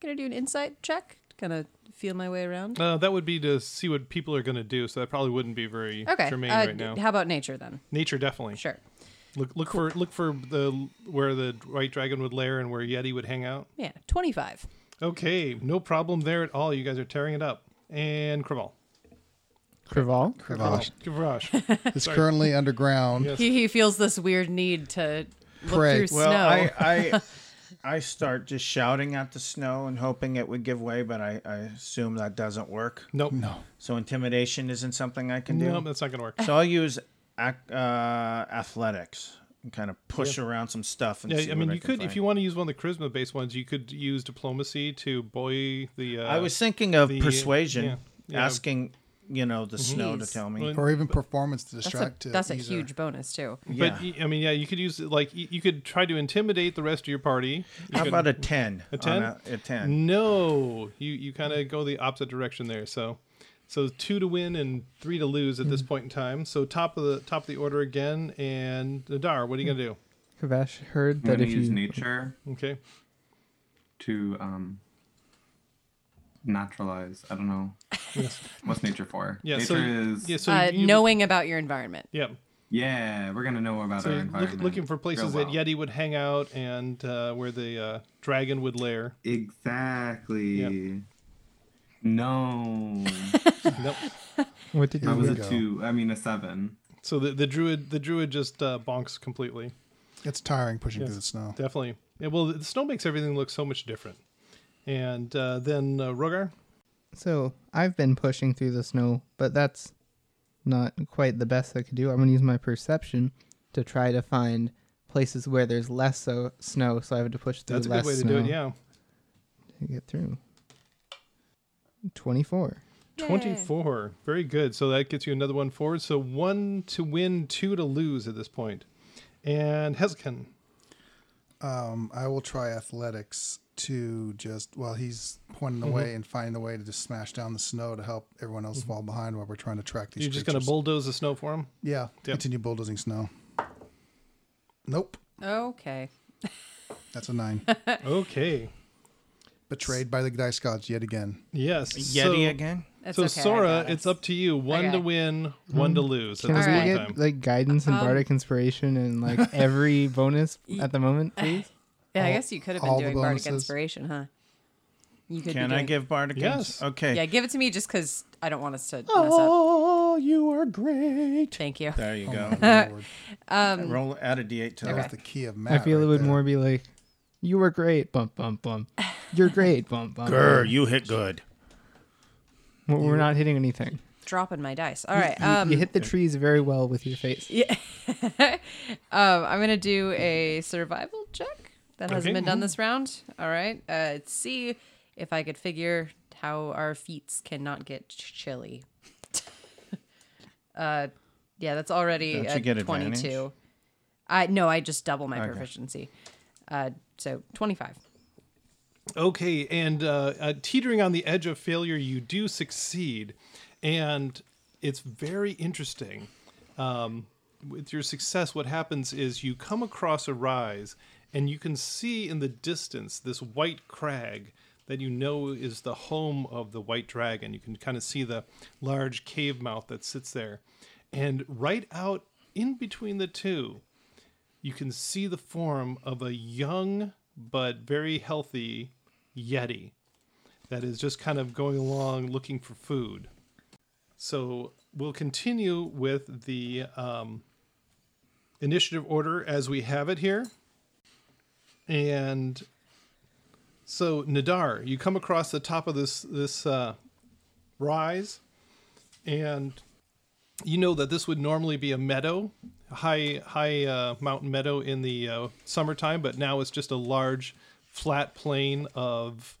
[SPEAKER 6] gonna do an insight check. Kind of feel my way around.
[SPEAKER 5] uh, that would be to see what people are going to do. So that probably wouldn't be very
[SPEAKER 6] Okay.
[SPEAKER 5] germane
[SPEAKER 6] uh,
[SPEAKER 5] right
[SPEAKER 6] d-
[SPEAKER 5] now.
[SPEAKER 6] How about nature then?
[SPEAKER 5] Nature definitely.
[SPEAKER 6] Sure.
[SPEAKER 5] Look look for look for the where the white dragon would lair and where Yeti would hang out.
[SPEAKER 6] Yeah, 25.
[SPEAKER 5] Okay, no problem there at all. You guys are tearing it up. And Kraval.
[SPEAKER 2] Craval.
[SPEAKER 4] Kravash
[SPEAKER 5] Kraval.
[SPEAKER 4] is currently underground.
[SPEAKER 5] Yes.
[SPEAKER 6] He, he feels this weird need to look
[SPEAKER 4] Pray.
[SPEAKER 6] through
[SPEAKER 1] Well,
[SPEAKER 6] snow.
[SPEAKER 1] I, I, I start just shouting at the snow and hoping it would give way, but I, I assume that doesn't work.
[SPEAKER 5] Nope.
[SPEAKER 4] No.
[SPEAKER 1] So intimidation isn't something I can do.
[SPEAKER 5] Nope, that's not gonna work.
[SPEAKER 1] So I'll use ac- uh, athletics and kind of push around some stuff. And see
[SPEAKER 5] Yeah, I
[SPEAKER 1] what
[SPEAKER 5] mean, you
[SPEAKER 1] can
[SPEAKER 5] could,
[SPEAKER 1] find.
[SPEAKER 5] if you want to use one of the charisma based ones, you could use diplomacy to buoy the. Uh,
[SPEAKER 1] I was thinking of
[SPEAKER 5] the-
[SPEAKER 1] persuasion,
[SPEAKER 5] yeah, yeah. Mm-hmm.
[SPEAKER 1] asking you know the snow to
[SPEAKER 6] Jeez.
[SPEAKER 1] tell me.
[SPEAKER 5] Well,
[SPEAKER 4] Or even performance to
[SPEAKER 6] that's a,
[SPEAKER 4] distract. to
[SPEAKER 6] that's a
[SPEAKER 4] ease her.
[SPEAKER 6] huge bonus too.
[SPEAKER 1] yeah.
[SPEAKER 5] But y- I mean, yeah, you could use it like y- you could try to intimidate the rest of your party. You
[SPEAKER 1] How
[SPEAKER 5] could- Mm,
[SPEAKER 1] about a ten? A
[SPEAKER 5] 10?
[SPEAKER 1] A, a ten.
[SPEAKER 5] No, you you kind of go the opposite direction there. So, so two to win and three to lose at
[SPEAKER 1] Hmm.
[SPEAKER 5] this point in time. So top of the top of the order again. And Nadar, what are you gonna do?
[SPEAKER 2] Kravash heard
[SPEAKER 3] I'm going
[SPEAKER 2] that
[SPEAKER 3] to
[SPEAKER 2] if
[SPEAKER 3] use
[SPEAKER 2] you
[SPEAKER 3] nature
[SPEAKER 5] Okay,
[SPEAKER 3] to um, naturalize. I don't know. What's nature for?
[SPEAKER 5] Yeah,
[SPEAKER 3] nature
[SPEAKER 5] so
[SPEAKER 3] is.
[SPEAKER 5] yeah, so
[SPEAKER 6] uh,
[SPEAKER 5] you-
[SPEAKER 6] knowing about your environment.
[SPEAKER 5] Yeah,
[SPEAKER 3] Yeah, we're gonna know about
[SPEAKER 5] so
[SPEAKER 3] our
[SPEAKER 5] you're look,
[SPEAKER 3] environment.
[SPEAKER 5] looking for places
[SPEAKER 3] real
[SPEAKER 5] that
[SPEAKER 3] well.
[SPEAKER 5] Yeti would hang out and uh, where the uh, dragon would lair.
[SPEAKER 3] Exactly. No,
[SPEAKER 5] Nope.
[SPEAKER 2] What did
[SPEAKER 3] I
[SPEAKER 4] Here
[SPEAKER 3] was
[SPEAKER 4] we
[SPEAKER 3] a
[SPEAKER 4] go.
[SPEAKER 3] two. I mean a seven.
[SPEAKER 5] So the, the druid the druid just uh, bonks completely.
[SPEAKER 4] It's tiring pushing
[SPEAKER 5] Yes.
[SPEAKER 4] through the snow.
[SPEAKER 5] Definitely. Yeah, well, the snow makes everything look so much different. And uh, then uh, Rogar.
[SPEAKER 2] So I've been pushing through the snow, but that's not quite the best I could do. I'm gonna use my perception to try to find places where there's less so snow, so I have to push through
[SPEAKER 5] That's a
[SPEAKER 2] less
[SPEAKER 5] good way to
[SPEAKER 2] snow
[SPEAKER 5] do it. Yeah.
[SPEAKER 2] to get through. Twenty-four.
[SPEAKER 5] 24. Very good. So that gets you another one forward. So one to win, two to lose at this point. And Heskin.
[SPEAKER 4] Um, I will try athletics to just while he's pointing the
[SPEAKER 5] Mm-hmm.
[SPEAKER 4] way and find the way to just smash down the snow to help everyone else fall behind while we're trying to track these.
[SPEAKER 5] You're just going to
[SPEAKER 4] creatures.
[SPEAKER 5] bulldoze the snow for him?
[SPEAKER 4] Yeah, continue bulldozing snow. Nope,
[SPEAKER 6] Okay.
[SPEAKER 4] that's a nine.
[SPEAKER 6] Uh.
[SPEAKER 5] Okay.
[SPEAKER 4] Betrayed by the dice gods yet again.
[SPEAKER 5] Yes.
[SPEAKER 1] Yeti
[SPEAKER 5] so,
[SPEAKER 1] again.
[SPEAKER 6] That's
[SPEAKER 5] so
[SPEAKER 6] okay. I
[SPEAKER 5] Sora,
[SPEAKER 6] got it.
[SPEAKER 5] it's up to you. One
[SPEAKER 6] Okay.
[SPEAKER 5] to win, one to lose
[SPEAKER 2] Hmm.
[SPEAKER 5] at
[SPEAKER 2] Can
[SPEAKER 5] this
[SPEAKER 2] we
[SPEAKER 6] Alright.
[SPEAKER 5] point in
[SPEAKER 2] get
[SPEAKER 5] time.
[SPEAKER 2] like guidance and
[SPEAKER 6] Um,
[SPEAKER 2] bardic inspiration and like every bonus at the moment, please?
[SPEAKER 6] Yeah, I
[SPEAKER 4] all-
[SPEAKER 6] guess you could have been
[SPEAKER 4] all the
[SPEAKER 6] doing Bardic
[SPEAKER 4] bonuses.
[SPEAKER 6] Inspiration, huh? You could. be
[SPEAKER 1] Can I
[SPEAKER 6] doing-
[SPEAKER 1] give Bardic?
[SPEAKER 5] Yes.
[SPEAKER 1] Okay.
[SPEAKER 6] Yeah, give it to me just because I don't want us to mess up.
[SPEAKER 5] Oh, you are great.
[SPEAKER 6] Thank you.
[SPEAKER 1] There you go.
[SPEAKER 4] Oh, Lord.
[SPEAKER 5] Um,
[SPEAKER 1] Roll add a d8 to
[SPEAKER 4] That was
[SPEAKER 1] that.
[SPEAKER 4] the key of
[SPEAKER 2] I
[SPEAKER 4] math.
[SPEAKER 2] feel
[SPEAKER 4] right
[SPEAKER 2] it would
[SPEAKER 4] there.
[SPEAKER 2] more be like, "You were great, bump bump bump. You're great, bump bump."
[SPEAKER 1] Grr,
[SPEAKER 2] bump."
[SPEAKER 1] you hit good.
[SPEAKER 2] Well, we're not hitting anything.
[SPEAKER 6] Dropping my dice. All right.
[SPEAKER 2] You-
[SPEAKER 6] Um,
[SPEAKER 2] you hit the trees very well with your face.
[SPEAKER 6] um, I'm gonna do a survival check that hasn't
[SPEAKER 5] Okay.
[SPEAKER 6] been
[SPEAKER 1] mhm.
[SPEAKER 6] done this round. All right. Uh, let's see if I could figure how our feet cannot get ch- chilly. uh, yeah, that's already
[SPEAKER 1] Don't you
[SPEAKER 6] a
[SPEAKER 1] get
[SPEAKER 6] 22.
[SPEAKER 1] advantage?
[SPEAKER 6] I no, I just double my proficiency. Uh, so 25.
[SPEAKER 5] Okay, and uh, uh, teetering on the edge of failure, you do succeed, and it's very interesting. Um, with your success, what happens is you come across a rise, and you can see in the distance this white crag that you know is the home of the white dragon. You can kind of see the large cave mouth that sits there, and right out in between the two you can see the form of a young but very healthy yeti that is just kind of going along looking for food. So we'll continue with the um, initiative order as we have it here. And so Nadar, you come across the top of this this uh, rise, and you know that this would normally be a meadow, high high uh, mountain meadow in the uh, summertime, but now it's just a large flat plain of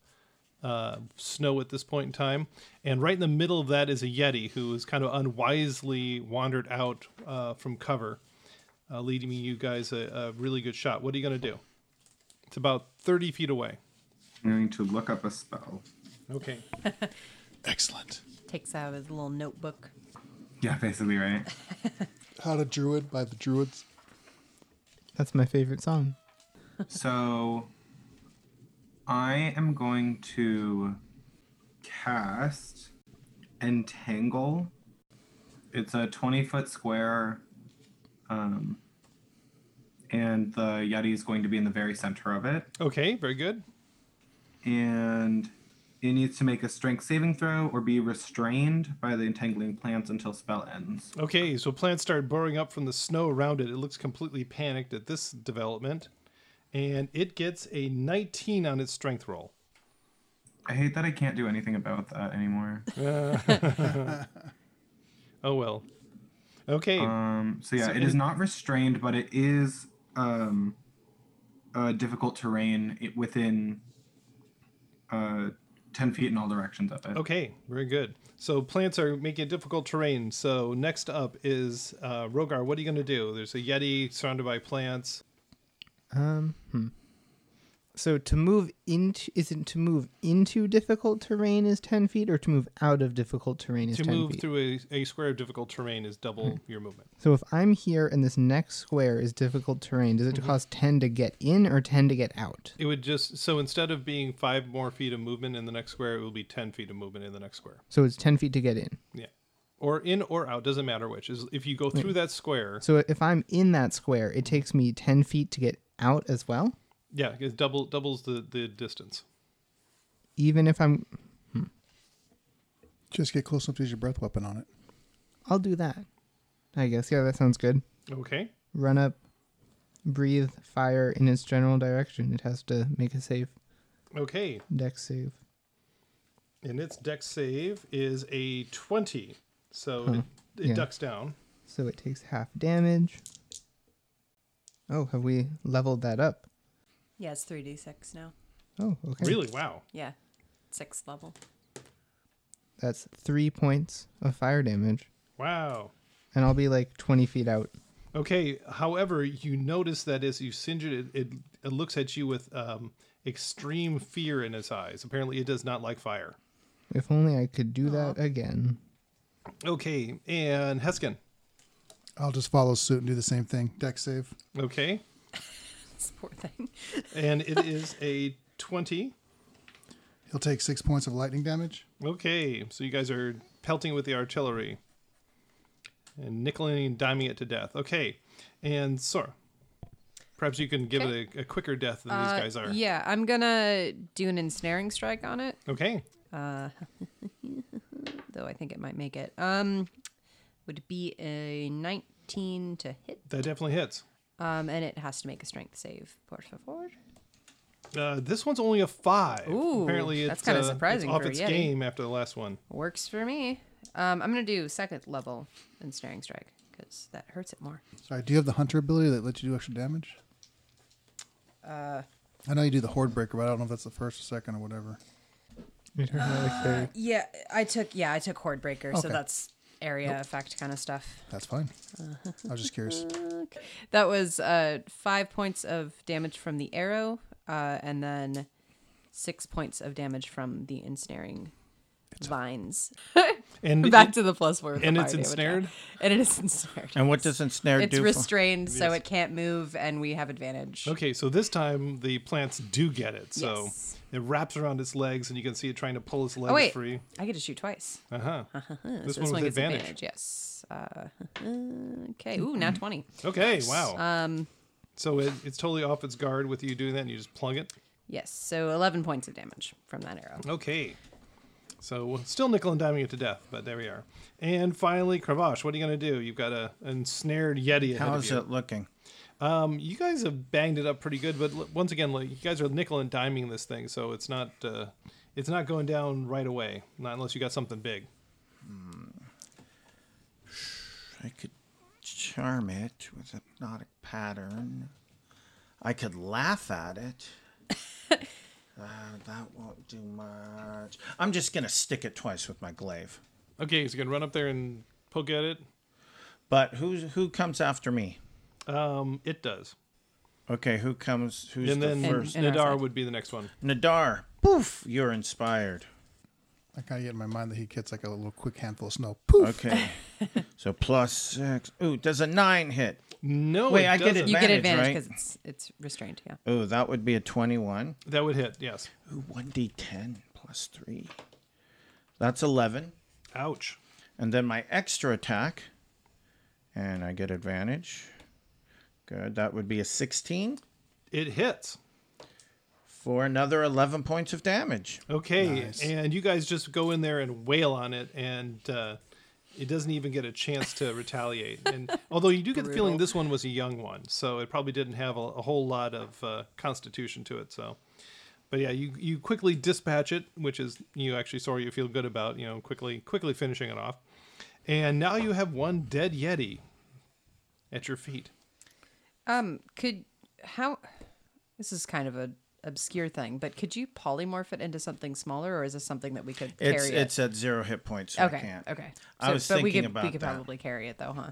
[SPEAKER 5] uh, snow at this point in time. And right in the middle of that is a yeti who is kind of unwisely wandered out uh, from cover, uh, leading you guys a, a really good shot. What are you going to do? It's about thirty feet away.
[SPEAKER 3] I'm going to look up a spell.
[SPEAKER 5] Okay.
[SPEAKER 4] Excellent.
[SPEAKER 6] Takes out his little notebook.
[SPEAKER 3] Yeah, basically, right?
[SPEAKER 4] How to Druid by the Druids.
[SPEAKER 2] That's my favorite song.
[SPEAKER 3] So I am going to cast Entangle. It's a 20 foot square. Um, and the Yeti is going to be in the very center of it.
[SPEAKER 5] Okay. Very good.
[SPEAKER 3] And it needs to make a strength saving throw or be restrained by the entangling plants until spell ends.
[SPEAKER 5] Okay, so plants start burrowing up from the snow around it. It looks completely panicked at this development, and it gets a 19 on its strength roll.
[SPEAKER 3] I hate that I can't do anything about that anymore.
[SPEAKER 5] Oh well. Okay,
[SPEAKER 3] Um, so yeah, it is not restrained, but it is um, uh, difficult terrain i- within uh, ten feet in all directions of it.
[SPEAKER 5] okay, very good. So plants are making it difficult terrain. So next up is uh, Rogar. What are you going to do? There's a yeti surrounded by plants.
[SPEAKER 2] Um, hmm. So to move into is it to move into difficult terrain is ten feet, or to move out of difficult terrain is
[SPEAKER 5] to
[SPEAKER 2] ten
[SPEAKER 5] move
[SPEAKER 2] feet? Hmm.
[SPEAKER 5] through a, a square of difficult terrain is double your movement.
[SPEAKER 2] So if I'm here and this next square is difficult terrain, does it
[SPEAKER 5] Mm-hmm.
[SPEAKER 2] cost ten to get in or ten to get out?
[SPEAKER 5] It would just so instead of being five more feet of movement in the next square, it will be ten feet of movement in the next square.
[SPEAKER 2] So it's ten feet to get in.
[SPEAKER 5] Yeah, or in or out doesn't matter which. Is if you go through that square,
[SPEAKER 2] So if I'm in that square, it takes me ten feet to get out as well,
[SPEAKER 5] yeah, it double doubles the the distance.
[SPEAKER 2] even if I'm.
[SPEAKER 4] Just get close enough to use your breath weapon on it.
[SPEAKER 2] I'll do that. I guess yeah, that sounds good.
[SPEAKER 5] Okay.
[SPEAKER 2] Run up, breathe fire in its general direction. It has to make a save,
[SPEAKER 5] Okay.
[SPEAKER 2] dex save.
[SPEAKER 5] And its deck save is a twenty, so it, it
[SPEAKER 2] yeah.
[SPEAKER 5] ducks down.
[SPEAKER 2] So it takes half damage. Oh, have we leveled that up?
[SPEAKER 6] Yeah, it's 3d6 now.
[SPEAKER 2] Oh, okay.
[SPEAKER 5] Really? Wow.
[SPEAKER 6] Yeah. Sixth level.
[SPEAKER 2] That's three points of fire damage.
[SPEAKER 5] Wow.
[SPEAKER 2] And I'll be like 20 feet out.
[SPEAKER 5] Okay. However, you notice that as you singe it, it, it, it looks at you with um, extreme fear in its eyes. Apparently, it does not like fire.
[SPEAKER 2] If only I could do that again.
[SPEAKER 5] Okay, and Heskin.
[SPEAKER 4] I'll just follow suit and do the same thing. Deck save.
[SPEAKER 5] Okay,
[SPEAKER 6] This poor thing.
[SPEAKER 5] and it is a twenty.
[SPEAKER 4] He'll take six points of lightning damage.
[SPEAKER 5] Okay, so you guys are pelting with the artillery and nickeling and diming it to death. Okay, and Sora, perhaps you can give it a, a quicker death than these guys are.
[SPEAKER 6] Uh, Yeah, I'm gonna do an ensnaring strike on it,
[SPEAKER 5] Okay,
[SPEAKER 6] though I think it might make it. Um, would be a 19 to hit,
[SPEAKER 5] that definitely hits.
[SPEAKER 6] um, and it has to make a strength save. Por favor.
[SPEAKER 5] Uh, this one's only a five.
[SPEAKER 6] Ooh,
[SPEAKER 5] apparently it's
[SPEAKER 6] that's
[SPEAKER 5] uh,
[SPEAKER 6] kinda
[SPEAKER 5] it's
[SPEAKER 6] surprising
[SPEAKER 5] off
[SPEAKER 6] for a
[SPEAKER 5] its
[SPEAKER 6] Yeti.
[SPEAKER 5] game after the last one.
[SPEAKER 6] Works for me. Um, I'm gonna do second level ensnaring strike because that hurts it more.
[SPEAKER 4] Sorry, do you have the hunter ability that lets you do extra damage? Uh, I know you do the horde breaker, but I don't know if that's the first or second or whatever.
[SPEAKER 2] It hurt my leg there.
[SPEAKER 6] Yeah, I took yeah I took horde breaker, so
[SPEAKER 4] Okay.
[SPEAKER 6] that's area effect kind of stuff.
[SPEAKER 4] That's fine. I was just curious.
[SPEAKER 6] That was uh, five points of damage from the arrow, uh, and then six points of damage from the ensnaring vines.
[SPEAKER 5] And
[SPEAKER 6] Back
[SPEAKER 5] it-
[SPEAKER 6] to the plus four. with the
[SPEAKER 5] and it's
[SPEAKER 6] fire damage.
[SPEAKER 5] ensnared?
[SPEAKER 6] And it is ensnared.
[SPEAKER 1] And what does ensnare
[SPEAKER 6] It's
[SPEAKER 1] do? for-
[SPEAKER 6] restrained, so it can't move, and we have advantage.
[SPEAKER 5] Okay, so this time the plants do get it. So
[SPEAKER 6] Yes.
[SPEAKER 5] it wraps around its legs, and you can see it trying to pull its legs
[SPEAKER 6] Oh wait,
[SPEAKER 5] free.
[SPEAKER 6] I get to shoot twice.
[SPEAKER 5] Uh huh. This
[SPEAKER 6] So
[SPEAKER 5] one with
[SPEAKER 6] gets
[SPEAKER 5] advantage.
[SPEAKER 6] Yes. Uh, okay. Ooh,
[SPEAKER 1] Mm-hmm.
[SPEAKER 6] now twenty.
[SPEAKER 5] Okay, wow. Um, so it, it's totally off its guard with you doing that, and you just plug it.
[SPEAKER 6] Yes. So eleven points of damage from that arrow.
[SPEAKER 5] Okay. So still nickel and diming it to death, but there we are. And finally, Cravash, what are you gonna do? You've got a an ensnared Yeti ahead
[SPEAKER 1] How
[SPEAKER 5] of
[SPEAKER 1] is
[SPEAKER 5] you.
[SPEAKER 1] it looking?
[SPEAKER 5] Um, you guys have banged it up pretty good, but l- once again, like you guys are nickel and diming this thing, so it's not uh, it's not going down right away, not unless you got something big.
[SPEAKER 1] I could charm it with hypnotic pattern. I could laugh at it. uh, that won't do much. I'm just gonna stick it twice with my glaive.
[SPEAKER 5] Okay, so you can run up there and poke at it.
[SPEAKER 1] But who's who comes after me?
[SPEAKER 5] Um, it does,
[SPEAKER 1] Okay, who comes? Who's
[SPEAKER 5] and
[SPEAKER 1] the
[SPEAKER 5] then
[SPEAKER 1] first?
[SPEAKER 6] And- and
[SPEAKER 5] Nadar
[SPEAKER 6] outside.
[SPEAKER 5] would be the next one.
[SPEAKER 1] Nadar. Poof! You're inspired.
[SPEAKER 4] I kind of get in my mind that he gets like a little quick handful of snow. Poof.
[SPEAKER 1] Okay. so plus six. Ooh, does a nine hit?
[SPEAKER 5] No,
[SPEAKER 1] Wait,
[SPEAKER 5] it
[SPEAKER 1] I get it
[SPEAKER 5] doesn't.
[SPEAKER 6] You get
[SPEAKER 1] Advantage,
[SPEAKER 6] advantage
[SPEAKER 1] right?
[SPEAKER 6] because it's it's restrained. Yeah.
[SPEAKER 1] Ooh, that would be a twenty-one.
[SPEAKER 5] That would hit. Yes.
[SPEAKER 1] Ooh, one d ten plus three. That's eleven.
[SPEAKER 5] Ouch.
[SPEAKER 1] And then my extra attack, and I get advantage. Good. That would be a 16
[SPEAKER 5] It hits.
[SPEAKER 1] for another 11 points of damage.
[SPEAKER 5] Okay,
[SPEAKER 4] Nice.
[SPEAKER 5] and you guys just go in there and wail on it, and uh, it doesn't even get a chance to retaliate. And although you do get the feeling this one was a young one, so it probably didn't have a, a whole lot of uh, constitution to it. So, but yeah, you you quickly dispatch it, which is you actually sorry you feel good about, you know, quickly quickly finishing it off, and now you have one dead yeti at your feet.
[SPEAKER 6] Um, could how this is kind of a obscure thing, but could you polymorph it into something smaller, or is this something that we could carry?
[SPEAKER 1] It's
[SPEAKER 6] it?
[SPEAKER 1] it's at zero hit points. So
[SPEAKER 6] okay,
[SPEAKER 1] I can't.
[SPEAKER 6] okay.
[SPEAKER 1] I was
[SPEAKER 6] but we
[SPEAKER 1] thinking
[SPEAKER 6] could,
[SPEAKER 1] about
[SPEAKER 6] we could
[SPEAKER 1] that.
[SPEAKER 6] probably carry it though, huh?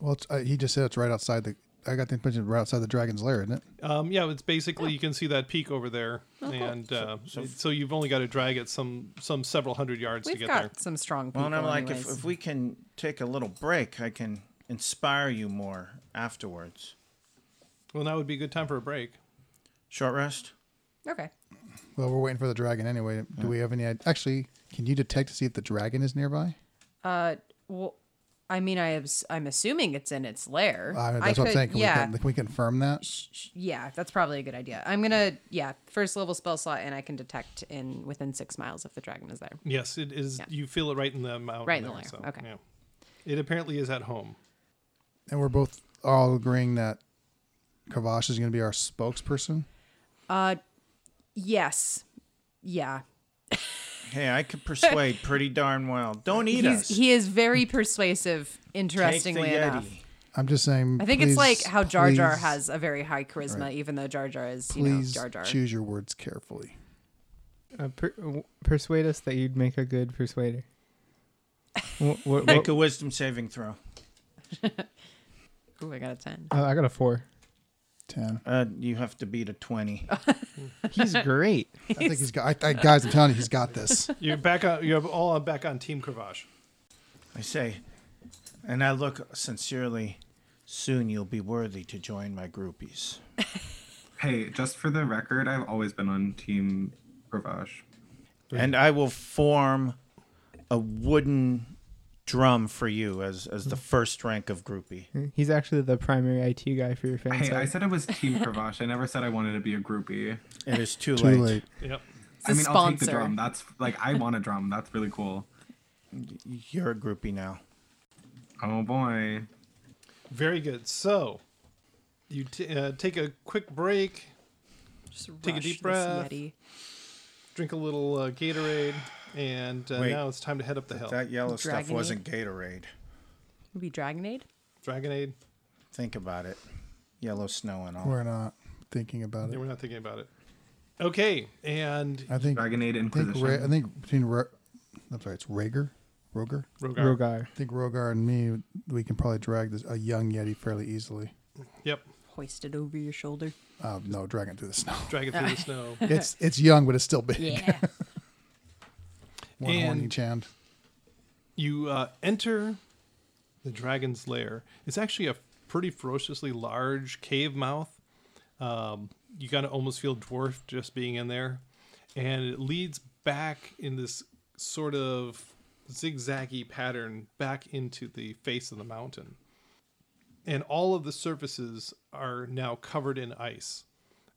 [SPEAKER 4] Well, it's, uh, he just said it's right outside the I got the impression we're outside the dragon's lair, isn't it?
[SPEAKER 5] Um, yeah, it's basically you can see that peak over there,
[SPEAKER 6] Oh,
[SPEAKER 5] and uh, so, you've only got to drag it some some several hundred yards to
[SPEAKER 6] We've
[SPEAKER 5] get
[SPEAKER 6] got
[SPEAKER 5] there.
[SPEAKER 6] some strong people.
[SPEAKER 1] Well, and I'm like, if,
[SPEAKER 6] anyways.
[SPEAKER 1] if we can take a little break, I can inspire you more afterwards.
[SPEAKER 5] Well, now would be a good time for a break.
[SPEAKER 1] Short rest?
[SPEAKER 6] okay,
[SPEAKER 4] Well, we're waiting for the dragon anyway. Do we have any? id- Actually, can you detect to see if the dragon is nearby?
[SPEAKER 6] uh, well, I mean, I abs- I'm assuming it's in its lair.
[SPEAKER 4] Uh, that's
[SPEAKER 6] I
[SPEAKER 4] what
[SPEAKER 6] could,
[SPEAKER 4] I'm saying. Can,
[SPEAKER 6] yeah,
[SPEAKER 4] we, can, can we confirm that?
[SPEAKER 6] Sh- sh- yeah, that's probably a good idea. I'm gonna, yeah, first level spell slot, and I can detect in within six miles if the dragon is there.
[SPEAKER 5] Yes, it is.
[SPEAKER 6] Yeah.
[SPEAKER 5] You feel it right in the mountain.
[SPEAKER 6] Right in
[SPEAKER 5] there,
[SPEAKER 6] the lair,
[SPEAKER 5] so,
[SPEAKER 6] okay.
[SPEAKER 5] Yeah. It apparently is at home.
[SPEAKER 4] And we're both all agreeing that Kavash is going to be our spokesperson.
[SPEAKER 6] Uh, yes, yeah.
[SPEAKER 1] Hey, I could persuade pretty darn well. Don't eat
[SPEAKER 6] He's,
[SPEAKER 1] us.
[SPEAKER 6] he is very persuasive.
[SPEAKER 1] Take the
[SPEAKER 6] Interestingly enough,
[SPEAKER 1] Yeti.
[SPEAKER 4] I'm just saying.
[SPEAKER 6] I think it's like
[SPEAKER 4] please-
[SPEAKER 6] how Jar Jar
[SPEAKER 4] please-
[SPEAKER 6] has a very high charisma, even though Jar Jar is, you know,
[SPEAKER 4] Please
[SPEAKER 6] Jar Jar.
[SPEAKER 4] choose your words carefully.
[SPEAKER 2] Uh, per- w- persuade us that you'd make a good persuader. Wha- wha- wha-
[SPEAKER 1] Make a wisdom saving throw.
[SPEAKER 6] Ooh, I got a ten.
[SPEAKER 2] Oh, I got a four.
[SPEAKER 4] Ten.
[SPEAKER 1] Uh, you have to beat a 20.
[SPEAKER 2] He's great.
[SPEAKER 4] I think he's got. I, I, guys, I'm telling you, he's got this.
[SPEAKER 5] You're back on. You're all on- back on Team Cravash.
[SPEAKER 1] I say, and I look sincerely, soon you'll be worthy to join my groupies.
[SPEAKER 3] Hey, just for the record, I've always been on Team Gravage.
[SPEAKER 1] And I will form a wooden drum for you as, as the first rank of groupie.
[SPEAKER 2] He's actually the primary IT guy for your fan
[SPEAKER 3] Hey, I
[SPEAKER 2] site.
[SPEAKER 3] said it was Team Gravage. I never said I wanted to be a groupie.
[SPEAKER 1] It is too,
[SPEAKER 4] Too late.
[SPEAKER 5] Yep.
[SPEAKER 3] I
[SPEAKER 6] a
[SPEAKER 3] mean, I'll take the
[SPEAKER 6] sponsor.
[SPEAKER 3] drum. That's like I want a drum. That's really cool.
[SPEAKER 1] You're a groupie now.
[SPEAKER 3] Oh boy.
[SPEAKER 5] Very good. So, you t- uh, take a quick break,
[SPEAKER 6] Just
[SPEAKER 5] Take a
[SPEAKER 6] rush
[SPEAKER 5] deep
[SPEAKER 6] this
[SPEAKER 5] breath.
[SPEAKER 6] Yeti.
[SPEAKER 5] drink a little uh, Gatorade, and uh,
[SPEAKER 1] Wait.
[SPEAKER 5] now it's time to head up the hill.
[SPEAKER 1] That yellow
[SPEAKER 6] Dragonade?
[SPEAKER 1] stuff wasn't Gatorade.
[SPEAKER 6] Would be Dragonade.
[SPEAKER 5] Dragonade.
[SPEAKER 1] Think about it. Yellow snow and all.
[SPEAKER 4] We're not thinking about
[SPEAKER 5] Yeah,
[SPEAKER 4] it.
[SPEAKER 5] we're not thinking about it. Okay, and
[SPEAKER 4] I think. I
[SPEAKER 3] Dragonade
[SPEAKER 4] think.
[SPEAKER 3] Inquisition.
[SPEAKER 4] Ra- I think between. Ra- I'm sorry. It's Rager. Roger.
[SPEAKER 5] Rogar.
[SPEAKER 2] Rogar.
[SPEAKER 4] I think Rogar and me, we can probably drag this a young Yeti fairly easily.
[SPEAKER 5] Yep.
[SPEAKER 6] Hoisted over your shoulder.
[SPEAKER 4] Uh, no, drag it through the snow.
[SPEAKER 5] Drag it through the snow.
[SPEAKER 4] It's it's young, but it's still big.
[SPEAKER 6] Yeah.
[SPEAKER 4] One horny
[SPEAKER 5] And-
[SPEAKER 4] chand.
[SPEAKER 5] you uh, enter the dragon's lair. It's actually a pretty ferociously large cave mouth. Um, you kind of almost feel dwarfed just being in there, and it leads back in this sort of zigzaggy pattern back into the face of the mountain. And all of the surfaces are now covered in ice.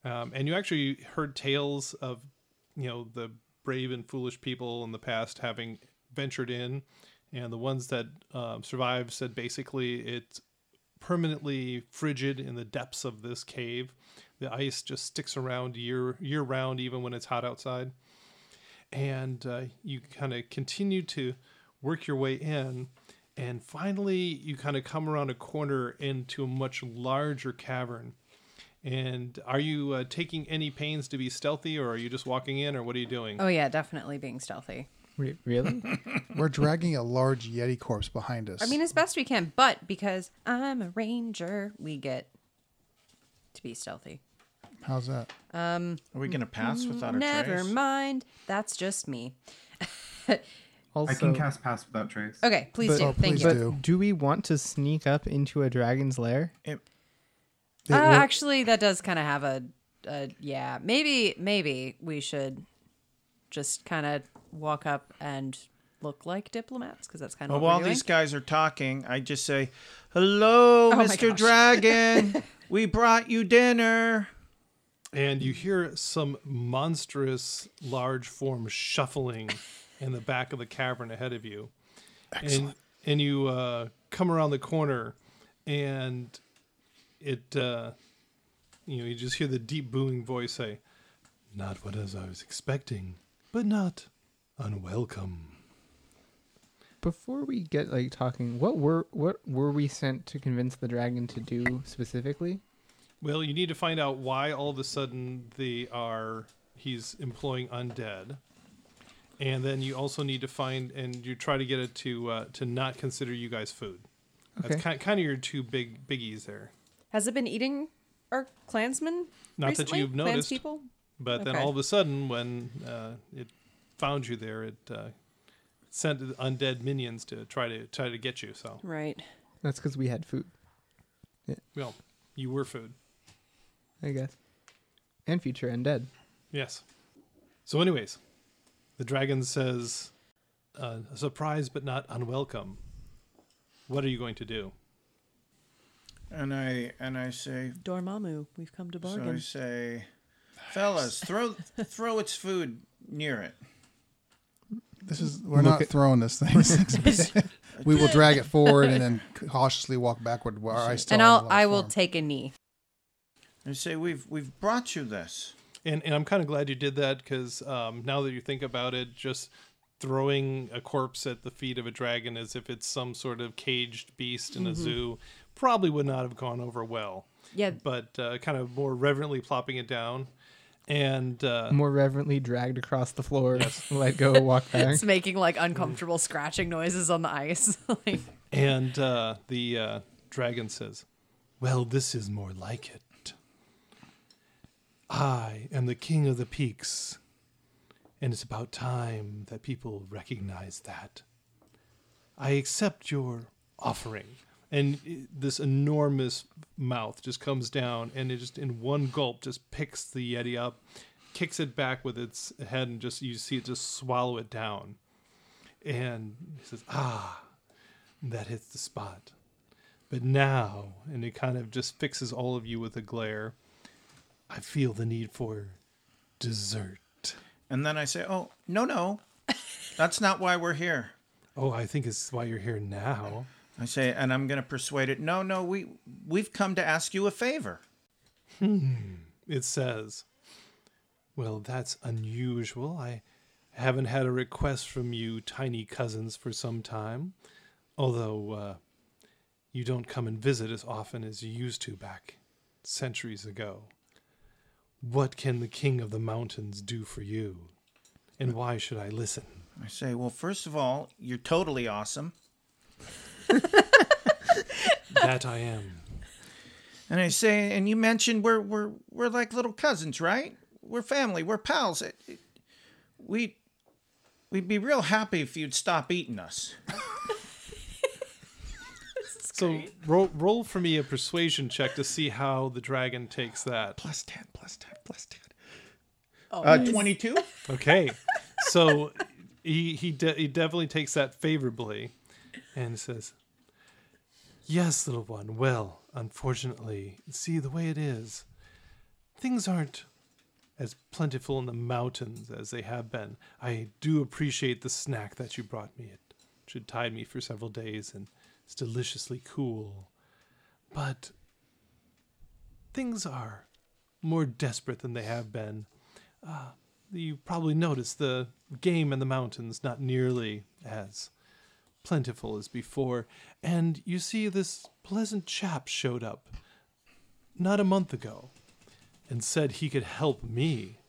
[SPEAKER 5] Um, and you actually heard tales of, you know, the brave and foolish people in the past having ventured in, and the ones that um, survived said basically it's permanently frigid in the depths of this cave. The ice just sticks around year year round, even when it's hot outside. And uh, you kind of continue to work your way in, and finally you kind of come around a corner into a much larger cavern. And are you uh, taking any pains to be stealthy, or are you just walking in, or what are you doing?
[SPEAKER 6] Oh yeah, definitely being stealthy.
[SPEAKER 2] Re- really?
[SPEAKER 4] We're dragging a large Yeti corpse behind us.
[SPEAKER 6] I mean, as best we can, but because I'm a ranger, we get to be stealthy.
[SPEAKER 4] how's that?
[SPEAKER 1] Are we going to pass without a
[SPEAKER 6] Never
[SPEAKER 1] trace?
[SPEAKER 6] mind. That's just me.
[SPEAKER 2] Also,
[SPEAKER 3] I can cast pass without trace.
[SPEAKER 6] Okay, please
[SPEAKER 4] But-
[SPEAKER 6] do.
[SPEAKER 4] Oh,
[SPEAKER 6] Thank
[SPEAKER 4] please
[SPEAKER 6] you.
[SPEAKER 2] but
[SPEAKER 4] do.
[SPEAKER 2] do. we want to sneak up into a dragon's lair?
[SPEAKER 1] It-
[SPEAKER 4] It
[SPEAKER 6] Uh,
[SPEAKER 4] will-
[SPEAKER 6] actually, that does kind of have a, a yeah. Maybe maybe we should just kind of walk up and look like diplomats because that's kind of
[SPEAKER 1] Oh, Well,
[SPEAKER 6] what
[SPEAKER 1] while
[SPEAKER 6] we're doing.
[SPEAKER 1] these guys are talking, I just say, "Hello,
[SPEAKER 6] Oh my
[SPEAKER 1] Mr.
[SPEAKER 6] gosh.
[SPEAKER 1] Dragon. we brought you dinner."
[SPEAKER 5] and you hear some monstrous large form shuffling in the back of the cavern ahead of you. Excellent. And, and you uh, come around the corner, and it uh, you know you just hear the deep booming voice say, "Not what as I was expecting, but not unwelcome."
[SPEAKER 2] Before we get like talking, what were what were we sent to convince the dragon to do specifically?
[SPEAKER 5] Well, you need to find out why all of a sudden they are he's employing undead. And then you also need to find and you try to get it to uh, to not consider you guys food.
[SPEAKER 2] Okay.
[SPEAKER 5] That's kind kind of your two big biggies there.
[SPEAKER 6] Has it been eating our clansmen?
[SPEAKER 5] Not that
[SPEAKER 6] recently?
[SPEAKER 5] you've noticed.
[SPEAKER 6] Clanspeople?
[SPEAKER 5] But then
[SPEAKER 6] Okay.
[SPEAKER 5] all of a sudden, when uh, it found you there, it uh, sent the undead minions to try to try to get you. So,
[SPEAKER 6] Right.
[SPEAKER 2] That's because we had food,
[SPEAKER 5] well, you were food.
[SPEAKER 2] I guess. And future undead.
[SPEAKER 5] Yes. So, anyways, the dragon says, uh, "A surprise, but not unwelcome." What are you going to do?
[SPEAKER 1] And I and I say,
[SPEAKER 6] Dormammu, we've come to
[SPEAKER 1] so I
[SPEAKER 6] bargain.
[SPEAKER 1] say, fellas, throw throw its food near it.
[SPEAKER 4] This is we're
[SPEAKER 2] Look
[SPEAKER 4] not
[SPEAKER 2] at-
[SPEAKER 4] throwing this thing. we will drag it forward and then cautiously walk backward. While I still
[SPEAKER 6] and
[SPEAKER 4] have
[SPEAKER 6] I'll
[SPEAKER 4] a lot of
[SPEAKER 6] I will
[SPEAKER 4] form.
[SPEAKER 6] take a knee.
[SPEAKER 1] I say, we've we've brought you this.
[SPEAKER 5] And and I'm kind of glad you did that because um, now that you think about it, just throwing a corpse at the feet of a dragon as if it's some sort of caged beast in a zoo probably would not have gone over well.
[SPEAKER 6] Yeah.
[SPEAKER 5] But uh, kind of more reverently plopping it down, and uh,
[SPEAKER 2] More reverently dragged across the floor, let go, walk back.
[SPEAKER 6] It's making like uncomfortable scratching noises on the ice. like,
[SPEAKER 5] and uh, the uh, dragon says, "Well, this is more like it. I am the king of the peaks, and it's about time that people recognize that." I accept your offering. And i- this enormous mouth just comes down and it just in one gulp just picks the Yeti up, kicks it back with its head, and just you see it just swallow it down. And he says, Ah, that hits the spot. But now, and it kind of just fixes all of you with a glare, I feel the need for dessert.
[SPEAKER 1] And then I say, oh no no, that's not why we're here.
[SPEAKER 5] Oh, I think it's why you're here now.
[SPEAKER 1] I say, and I'm gonna persuade it. No no, we we've come to ask you a favor.
[SPEAKER 5] it says, Well, that's unusual. I haven't had a request from you, tiny cousins, for some time. Although uh, you don't come and visit as often as you used to back centuries ago. What can the king of the mountains do for you? And why should I listen?
[SPEAKER 1] I say, well, first of all, you're totally awesome.
[SPEAKER 5] That I am.
[SPEAKER 1] And I say, and you mentioned we're we're we're like little cousins, right? We're family. We're pals. It, it, we we'd be real happy if you'd stop eating us.
[SPEAKER 5] So roll, roll for me a persuasion check to see how the dragon takes that.
[SPEAKER 1] Plus ten. Plus ten. Plus ten. uh, twenty-two.
[SPEAKER 5] Okay, so he he de- he definitely takes that favorably, and says, "Yes, little one. Well, unfortunately, see the way it is, things aren't as plentiful in the mountains as they have been. I do appreciate the snack that you brought me. It should tide me for several days, and it's deliciously cool, but." Things are more desperate than they have been you probably noticed the game in the mountains not nearly as plentiful as before. And you see this pleasant chap showed up not a month ago and said he could help me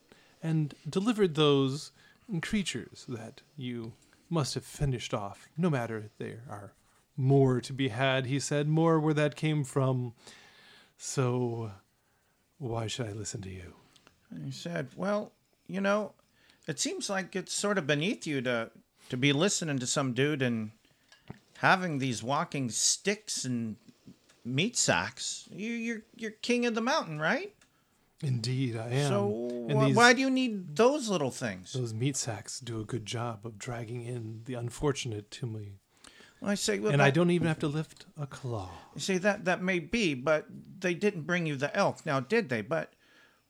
[SPEAKER 5] and delivered those creatures that you must have finished off. No matter, there are more to be had, he said, more where that came from. So, why should I listen to you?
[SPEAKER 1] And he said, well, you know, it seems like it's sort of beneath you to to be listening to some dude and having these walking sticks and meat sacks. You you're you're king of the mountain, right?
[SPEAKER 5] Indeed, I am.
[SPEAKER 1] So
[SPEAKER 5] Um, And
[SPEAKER 1] wh-
[SPEAKER 5] these-
[SPEAKER 1] why do you need those little things?
[SPEAKER 5] those meat sacks do a good job of dragging in the unfortunate to me,
[SPEAKER 1] I say, well,
[SPEAKER 5] and I
[SPEAKER 1] that-
[SPEAKER 5] don't even have to lift a claw.
[SPEAKER 1] You see that that may be, but they didn't bring you the elk, now did they? But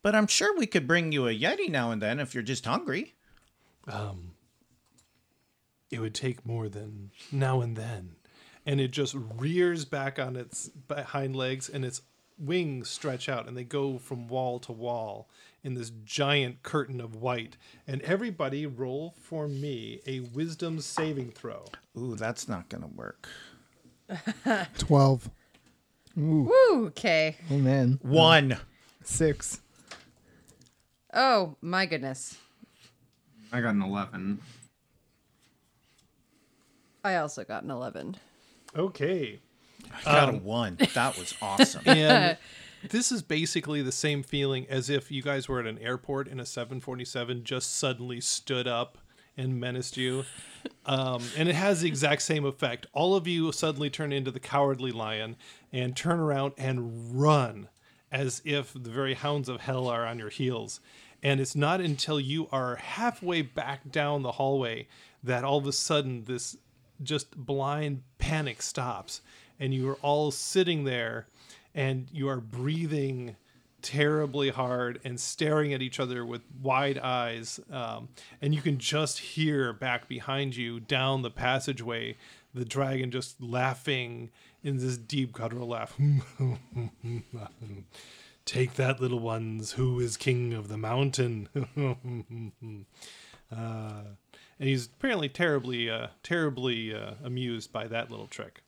[SPEAKER 1] but I'm sure we could bring you a yeti now and then if you're just hungry.
[SPEAKER 5] It would take more than now and then, and it just rears back on its b- hind legs, and its wings stretch out, and they go from wall to wall in this giant curtain of white. And everybody, roll for me a wisdom saving throw.
[SPEAKER 1] Ooh, that's not gonna work.
[SPEAKER 4] twelve.
[SPEAKER 6] Woo, okay.
[SPEAKER 2] Oh man,
[SPEAKER 1] One.
[SPEAKER 2] six.
[SPEAKER 6] Oh my goodness.
[SPEAKER 3] I got an 11.
[SPEAKER 6] I also got an eleven.
[SPEAKER 5] Okay.
[SPEAKER 1] I got
[SPEAKER 6] Um,
[SPEAKER 1] a one. That was awesome.
[SPEAKER 5] And this is basically the same feeling as if you guys were at an airport and a 747 just suddenly stood up and menaced you. Um, and it has the exact same effect. All of you suddenly turn into the cowardly lion and turn around and run as if the very hounds of hell are on your heels. And it's not until you are halfway back down the hallway that all of a sudden this just blind panic stops and you are all sitting there and you are breathing terribly hard and staring at each other with wide eyes um, and you can just hear back behind you down the passageway the dragon just laughing in this deep guttural laugh take that little ones who is king of the mountain uh, and he's apparently terribly uh, terribly uh, amused by that little trick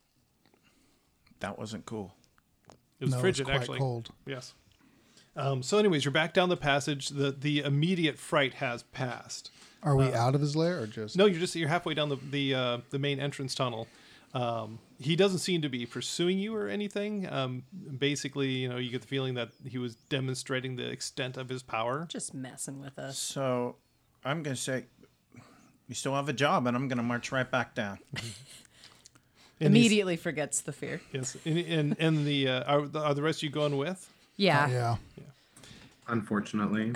[SPEAKER 1] that wasn't cool.
[SPEAKER 5] it was
[SPEAKER 4] No, it's
[SPEAKER 5] frigid
[SPEAKER 4] quite
[SPEAKER 5] actually
[SPEAKER 4] cold.
[SPEAKER 5] Yes. Um, so, anyways, you're back down the passage. The the immediate fright has passed.
[SPEAKER 4] Are we out of his lair or just?
[SPEAKER 5] No, you're just you're halfway down the the uh, the main entrance tunnel. Um, he doesn't seem to be pursuing you or anything. Um, basically, you know, you get the feeling that he was demonstrating the extent of his power.
[SPEAKER 6] Just messing with us.
[SPEAKER 1] So I'm going to say, you still have a job, and I'm going to march right back down.
[SPEAKER 5] And he's-
[SPEAKER 6] Immediately forgets the fear.
[SPEAKER 5] Yes, and and, and the, uh, are the are the rest you going with?
[SPEAKER 6] Yeah.
[SPEAKER 4] Yeah.
[SPEAKER 3] Unfortunately,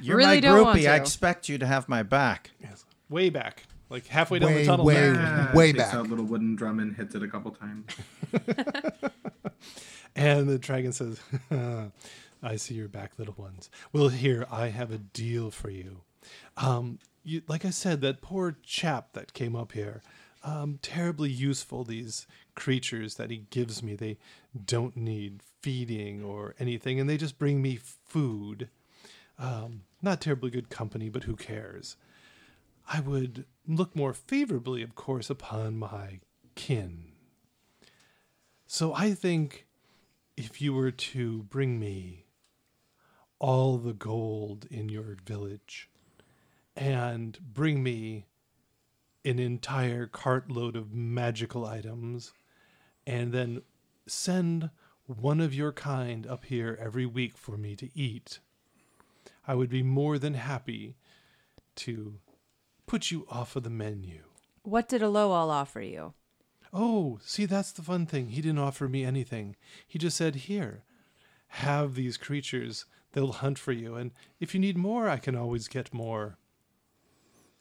[SPEAKER 1] You're
[SPEAKER 6] Really
[SPEAKER 1] my
[SPEAKER 6] don't want
[SPEAKER 1] groupie. I
[SPEAKER 6] to.
[SPEAKER 1] expect you to have my back.
[SPEAKER 5] Yes. Way back, like halfway down the
[SPEAKER 4] Way,
[SPEAKER 5] tunnel.
[SPEAKER 4] way, way
[SPEAKER 3] takes
[SPEAKER 4] back.
[SPEAKER 3] out little wooden drum and hits it a couple times.
[SPEAKER 5] And the dragon says, I see your back, little ones. Well, here, I have a deal for you. Um, you like I said, that poor chap that came up here, um, terribly useful, these creatures that he gives me. They don't need feeding or anything, and they just bring me food. Um, not terribly good company, but who cares? I would look more favorably, of course, upon my kin. So I think if you were to bring me all the gold in your village and bring me an entire cartload of magical items and then send one of your kind up here every week for me to eat, I would be more than happy to put you off of the menu.
[SPEAKER 6] What did Aloal offer you?
[SPEAKER 5] Oh, see, that's the fun thing. He didn't offer me anything. He just said, Here, have these creatures. They'll hunt for you. And if you need more, I can always get more.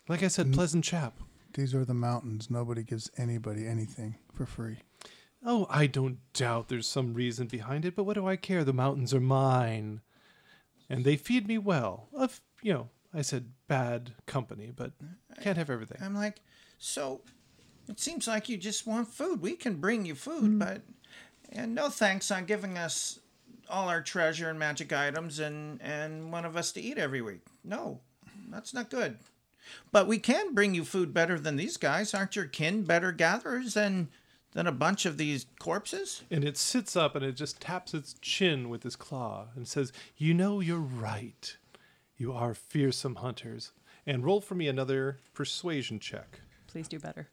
[SPEAKER 5] Like I said, pleasant chap.
[SPEAKER 4] These are the mountains. Nobody gives anybody anything for free.
[SPEAKER 5] Oh, I don't doubt there's some reason behind it, but what do I care? The mountains are mine. And they feed me well. Of, you know, I said bad company, but can't have everything.
[SPEAKER 1] I'm like, so it seems like you just want food. We can bring you food, but and no thanks on giving us all our treasure and magic items and and one of us to eat every week. No, that's not good. But we can bring you food better than these guys. Aren't your kin better gatherers than than a bunch of these corpses?
[SPEAKER 5] and it sits up and it just taps its chin with its claw and says, "You know you're right. You are fearsome hunters." And roll for me another persuasion check.
[SPEAKER 6] Please do better.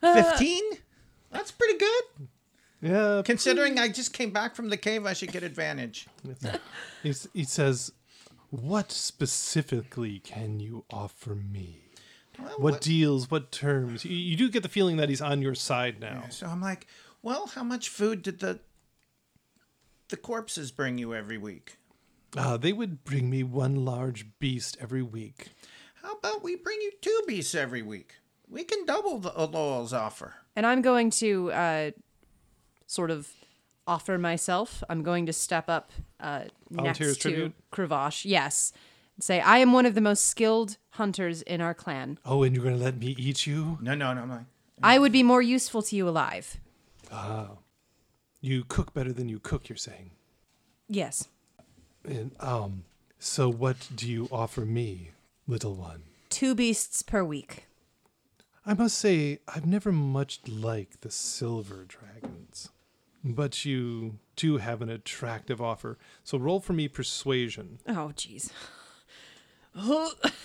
[SPEAKER 1] Fifteen? That's pretty good.
[SPEAKER 5] Yeah,
[SPEAKER 1] Considering I just came back from the cave, I should get advantage.
[SPEAKER 5] he, s- he says, "What specifically can you offer me?
[SPEAKER 1] Well,
[SPEAKER 5] What deals? What terms?" You, you do get the feeling that he's on your side now.
[SPEAKER 1] So I'm like, well, how much food did the the corpses bring you every week?
[SPEAKER 5] Uh, they would bring me one large beast every week.
[SPEAKER 1] How about we bring you two beasts every week? We can double the Aloel's offer.
[SPEAKER 6] And I'm going to uh, sort of offer myself. I'm going to step up uh, next
[SPEAKER 5] Volunteers
[SPEAKER 6] to
[SPEAKER 5] tribute?
[SPEAKER 6] Kravash. Yes. And say, I am one of the most skilled hunters in our clan.
[SPEAKER 5] Oh, and you're gonna let me eat you?
[SPEAKER 1] No, no, no. I'm like,
[SPEAKER 6] I would be more useful to you alive.
[SPEAKER 5] You cook better than you cook. You're saying.
[SPEAKER 6] Yes.
[SPEAKER 5] And, um, so what do you offer me, little one?
[SPEAKER 6] Two beasts per week.
[SPEAKER 5] I must say, I've never much liked the silver dragons, but you do have an attractive offer. So roll for me persuasion.
[SPEAKER 6] Oh, jeez.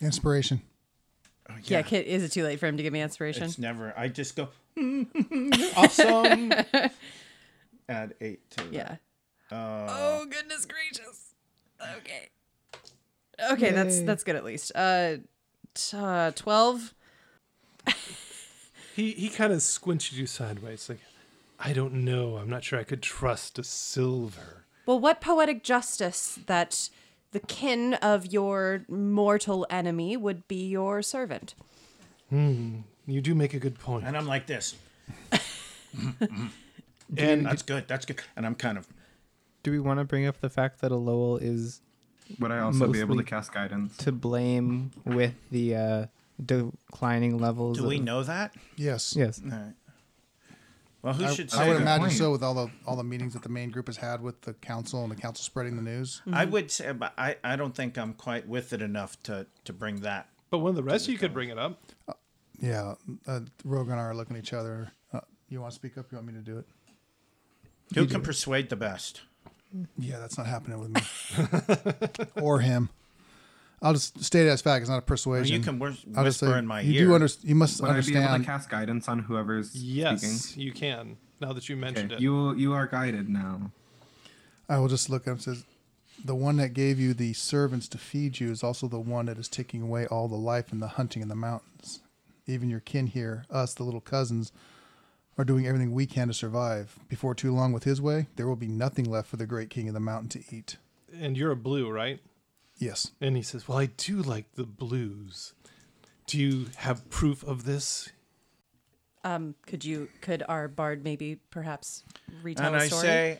[SPEAKER 4] Inspiration.
[SPEAKER 6] Yeah, Kit, is it too late for him to give me inspiration?
[SPEAKER 1] oh, It's never. I just go awesome. Add eight to that.
[SPEAKER 6] yeah.
[SPEAKER 1] Uh,
[SPEAKER 6] oh goodness gracious. Okay. Okay, that's that's good at least. Uh, t- uh twelve.
[SPEAKER 5] He he kind of squinches you sideways, like, I don't know. I'm not sure I could trust a silver.
[SPEAKER 6] Well, what poetic justice that the kin of your mortal enemy would be your servant.
[SPEAKER 5] You do make a good point.
[SPEAKER 1] And I'm like this.
[SPEAKER 5] And
[SPEAKER 1] That's good. That's good. And I'm kind of
[SPEAKER 2] Do we want to bring up the fact that Lowell is
[SPEAKER 3] Would I also be able to
[SPEAKER 2] Mostly-
[SPEAKER 3] cast guidance?
[SPEAKER 2] to blame with the uh, declining levels?
[SPEAKER 1] Do we
[SPEAKER 2] of-
[SPEAKER 1] know that?
[SPEAKER 4] Yes.
[SPEAKER 2] Yes.
[SPEAKER 1] All right. Well, who should say
[SPEAKER 4] I would
[SPEAKER 1] that?
[SPEAKER 4] imagine
[SPEAKER 3] point.
[SPEAKER 4] so with all the all the meetings that the main group has had with the council and the council spreading the news.
[SPEAKER 1] I would say, but I, I don't think I'm quite with it enough to, to bring that.
[SPEAKER 5] but one of the rest you could bring it up.
[SPEAKER 4] Yeah, uh, Rogue and I are looking at each other. Uh, you want to speak up? You want me to do it?
[SPEAKER 1] Who can persuade the best?
[SPEAKER 4] Yeah, that's not happening with me or him. I'll just state it as fact. It's not a
[SPEAKER 1] Well,
[SPEAKER 4] persuasion.
[SPEAKER 1] Oh, you can whis-
[SPEAKER 4] I'll just
[SPEAKER 1] whisper
[SPEAKER 4] say,
[SPEAKER 1] in my
[SPEAKER 4] you
[SPEAKER 1] ear.
[SPEAKER 4] Do under, you must
[SPEAKER 3] Would I be able
[SPEAKER 4] understand.
[SPEAKER 3] to cast guidance on whoever's
[SPEAKER 5] Yes,
[SPEAKER 3] speaking?
[SPEAKER 5] you can. Now that you mentioned
[SPEAKER 3] Okay,
[SPEAKER 5] it,
[SPEAKER 3] you you are guided now.
[SPEAKER 4] I will just look at him and says, "The one that gave you the servants to feed you is also the one that is taking away all the life and the hunting in the mountains. Even your kin here, us, the little cousins, are doing everything we can to survive. Before too long, with his way, there will be nothing left for the great king of the mountain to eat."
[SPEAKER 5] and you're a blue, right?
[SPEAKER 4] Yes,
[SPEAKER 5] And he says, "Well, I do like the blues. Do you have proof of this?"
[SPEAKER 6] Um, could you could our bard maybe perhaps retell
[SPEAKER 1] and
[SPEAKER 6] a
[SPEAKER 1] I
[SPEAKER 6] story?
[SPEAKER 1] say,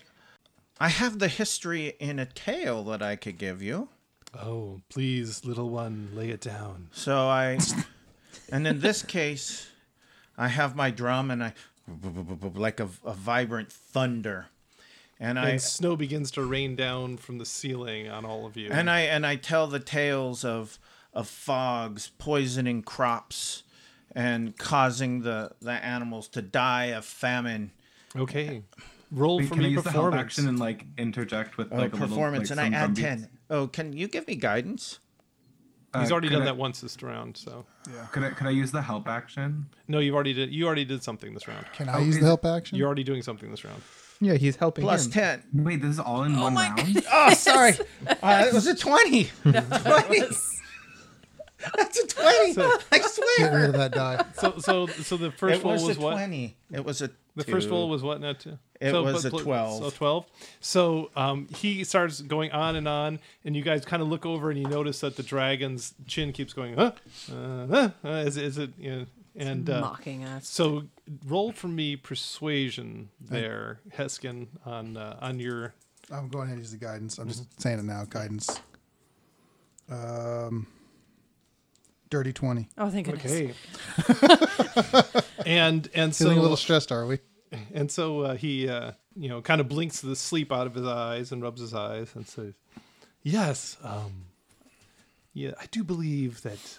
[SPEAKER 1] I have the history in a tale that I could give you.
[SPEAKER 5] Oh, please, little one, lay it down.
[SPEAKER 1] So I, and in this case, I have my drum and I, like a, a vibrant thunder. And I,
[SPEAKER 5] and snow begins to rain down from the ceiling on all of you.
[SPEAKER 1] and I and I tell the tales of of fogs poisoning crops and causing the the animals to die of famine
[SPEAKER 5] okay, roll
[SPEAKER 3] Wait,
[SPEAKER 5] for
[SPEAKER 3] can I
[SPEAKER 5] me
[SPEAKER 3] use the help
[SPEAKER 5] performance.
[SPEAKER 3] action and like interject with
[SPEAKER 1] uh,
[SPEAKER 3] like a little,
[SPEAKER 1] performance
[SPEAKER 3] like,
[SPEAKER 1] and I
[SPEAKER 3] some
[SPEAKER 1] add
[SPEAKER 3] drumbeats?
[SPEAKER 1] 10. Oh, can you give me guidance?
[SPEAKER 3] Uh,
[SPEAKER 5] He's already
[SPEAKER 3] could
[SPEAKER 5] done
[SPEAKER 3] I-
[SPEAKER 5] that once this round, so
[SPEAKER 3] Could I could I use the help action?
[SPEAKER 5] no, you've already did. You already did something this round.
[SPEAKER 4] can I use the help action?
[SPEAKER 5] You're already doing something this round.
[SPEAKER 2] Yeah, he's helping.
[SPEAKER 1] Plus
[SPEAKER 2] him.
[SPEAKER 1] 10.
[SPEAKER 3] Wait, this is all in one round.
[SPEAKER 1] Oh, sorry. Uh, it was a 20. 20. That's a 20. I
[SPEAKER 4] Get rid
[SPEAKER 1] swear.
[SPEAKER 4] of that die.
[SPEAKER 5] So, so, so the first
[SPEAKER 1] It
[SPEAKER 5] roll
[SPEAKER 1] was,
[SPEAKER 5] was
[SPEAKER 1] a
[SPEAKER 5] what?
[SPEAKER 1] 20. It was a
[SPEAKER 5] The first
[SPEAKER 1] two.
[SPEAKER 5] roll was what? Not two.
[SPEAKER 1] It was a
[SPEAKER 5] pl-
[SPEAKER 1] 12.
[SPEAKER 5] So twelve. So um, he starts going on and on, and you guys kind of look over and you notice that the dragon's chin keeps going. Huh? Uh, huh? Uh, is, it- is it? You know, and uh,
[SPEAKER 6] Mocking us.
[SPEAKER 5] so roll for me persuasion there, Heskin, on uh, on your
[SPEAKER 4] I'm going ahead and use the guidance. I'm just saying it now. Guidance. Um, dirty twenty.
[SPEAKER 6] Oh, thank goodness.
[SPEAKER 5] okay. and and so
[SPEAKER 4] Feeling a little stressed, are we?
[SPEAKER 5] And so uh, he, uh, you know, kind of blinks the sleep out of his eyes and rubs his eyes and says, "Yes, um, yeah, I do believe that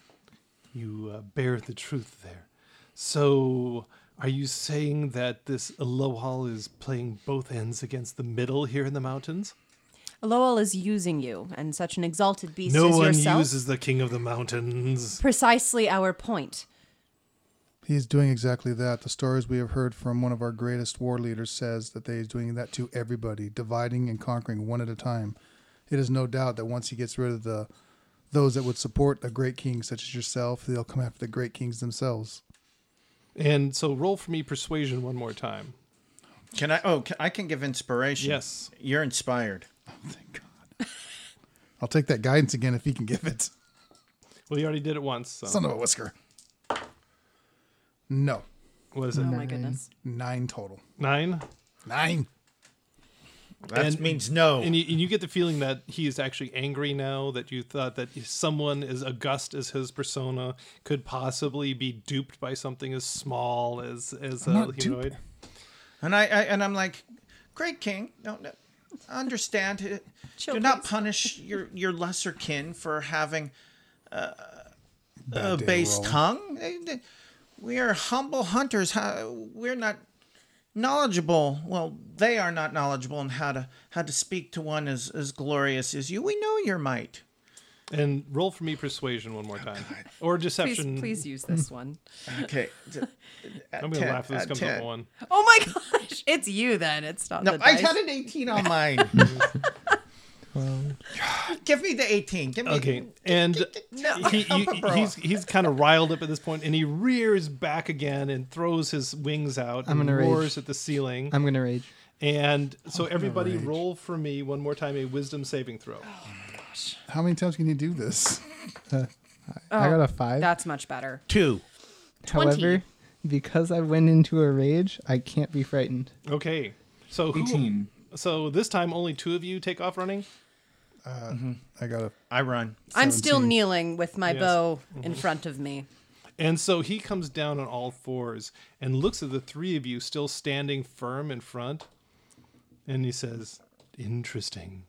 [SPEAKER 5] you uh, bear the truth there. So, are you saying that this Lohal is playing both ends against the middle here in the mountains?
[SPEAKER 6] Lowell is using you, and such an exalted beast
[SPEAKER 5] no
[SPEAKER 6] as
[SPEAKER 5] one
[SPEAKER 6] yourself.
[SPEAKER 5] uses the king of the mountains.
[SPEAKER 6] Precisely our point.
[SPEAKER 4] He is doing exactly that. The stories we have heard from one of our greatest war leaders says that they is doing that to everybody, dividing and conquering one at a time. It is no doubt that once he gets rid of the those that would support a great king such as yourself, they'll come after the great kings themselves.
[SPEAKER 5] And so, roll for me persuasion one more time.
[SPEAKER 1] Can I? Oh, can, I can give inspiration.
[SPEAKER 5] Yes.
[SPEAKER 1] You're inspired.
[SPEAKER 4] Thank God. I'll take that guidance again if he can give it.
[SPEAKER 5] Well, you already did it once. So,
[SPEAKER 4] Son of a whisker. No.
[SPEAKER 5] what is it?
[SPEAKER 6] Oh my goodness.
[SPEAKER 4] Nine total.
[SPEAKER 5] Nine.
[SPEAKER 4] Nine.
[SPEAKER 1] That
[SPEAKER 5] And-
[SPEAKER 1] means no.
[SPEAKER 5] And you, and you get the feeling that he is actually angry now that you thought that someone as august as his persona could possibly be duped by something as small as as a
[SPEAKER 4] not
[SPEAKER 5] humanoid.
[SPEAKER 1] And I, I and I'm like, great king, no, no understand. it.
[SPEAKER 6] Chill,
[SPEAKER 1] Do not
[SPEAKER 6] please.
[SPEAKER 1] punish your your lesser kin for having uh,
[SPEAKER 4] Bad
[SPEAKER 1] a
[SPEAKER 4] day to
[SPEAKER 1] base
[SPEAKER 4] roll.
[SPEAKER 1] tongue. They- they- We are humble hunters. How, we're not knowledgeable. Well, they are not knowledgeable in how to how to speak to one as as glorious as you. We know your might.
[SPEAKER 5] And roll for me persuasion one more time, or
[SPEAKER 6] Please,
[SPEAKER 5] deception.
[SPEAKER 6] please use this one.
[SPEAKER 1] Okay. D-
[SPEAKER 5] I'm gonna
[SPEAKER 1] Ten-
[SPEAKER 5] laugh. if This
[SPEAKER 1] uh,
[SPEAKER 5] comes
[SPEAKER 1] ten.
[SPEAKER 5] up a one.
[SPEAKER 6] Oh my gosh, it's you then. It's not
[SPEAKER 1] No,
[SPEAKER 6] the
[SPEAKER 1] I
[SPEAKER 6] dice.
[SPEAKER 1] had an 18 on mine. Give me the 18. Give me.
[SPEAKER 5] Okay, and he, he, he's he's kind of riled up at this point, and he rears back again and throws his wings out
[SPEAKER 2] I'm
[SPEAKER 5] and
[SPEAKER 2] gonna
[SPEAKER 5] roars
[SPEAKER 2] rage.
[SPEAKER 5] at the ceiling.
[SPEAKER 2] I'm gonna rage.
[SPEAKER 5] and so everybody, roll for me one more time a wisdom saving throw.
[SPEAKER 4] How many times can you do this?
[SPEAKER 2] I got a five.
[SPEAKER 6] Oh, That's much better.
[SPEAKER 1] Two.
[SPEAKER 2] However, because I went into a rage, I can't be frightened.
[SPEAKER 5] Okay, so who,
[SPEAKER 3] 18.
[SPEAKER 5] So this time, only two of you take off running.
[SPEAKER 4] I got a
[SPEAKER 1] I run.
[SPEAKER 6] I'm still kneeling with my
[SPEAKER 5] Yes.
[SPEAKER 6] bow in front of me.
[SPEAKER 5] And so he comes down on all fours and looks at the three of you still standing firm in front. And he says, Interesting.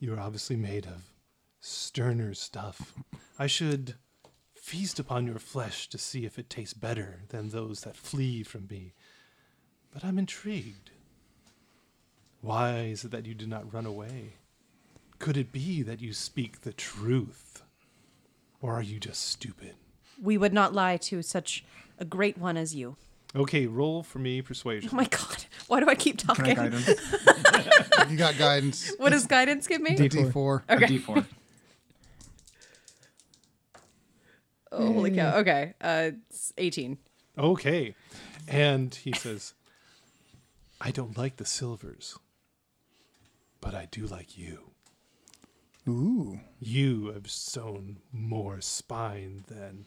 [SPEAKER 5] You're obviously made of sterner stuff. I should feast upon your flesh to see if it tastes better than those that flee from me. But I'm intrigued. Why is it that you do not run away? Could it be that you speak the truth? Or are you just stupid?
[SPEAKER 6] We would not lie to such a great one as you.
[SPEAKER 5] Okay, roll for me persuasion.
[SPEAKER 6] Oh my god, why do I keep talking?
[SPEAKER 3] Guidance.
[SPEAKER 4] You got guidance.
[SPEAKER 6] What does guidance give me?
[SPEAKER 4] D D4.
[SPEAKER 3] A D4.
[SPEAKER 6] Oh, holy cow. Okay, uh, it's 18.
[SPEAKER 5] Okay. And he says, I don't like the silvers, but I do like you.
[SPEAKER 4] Ooh.
[SPEAKER 5] You have sown more spine than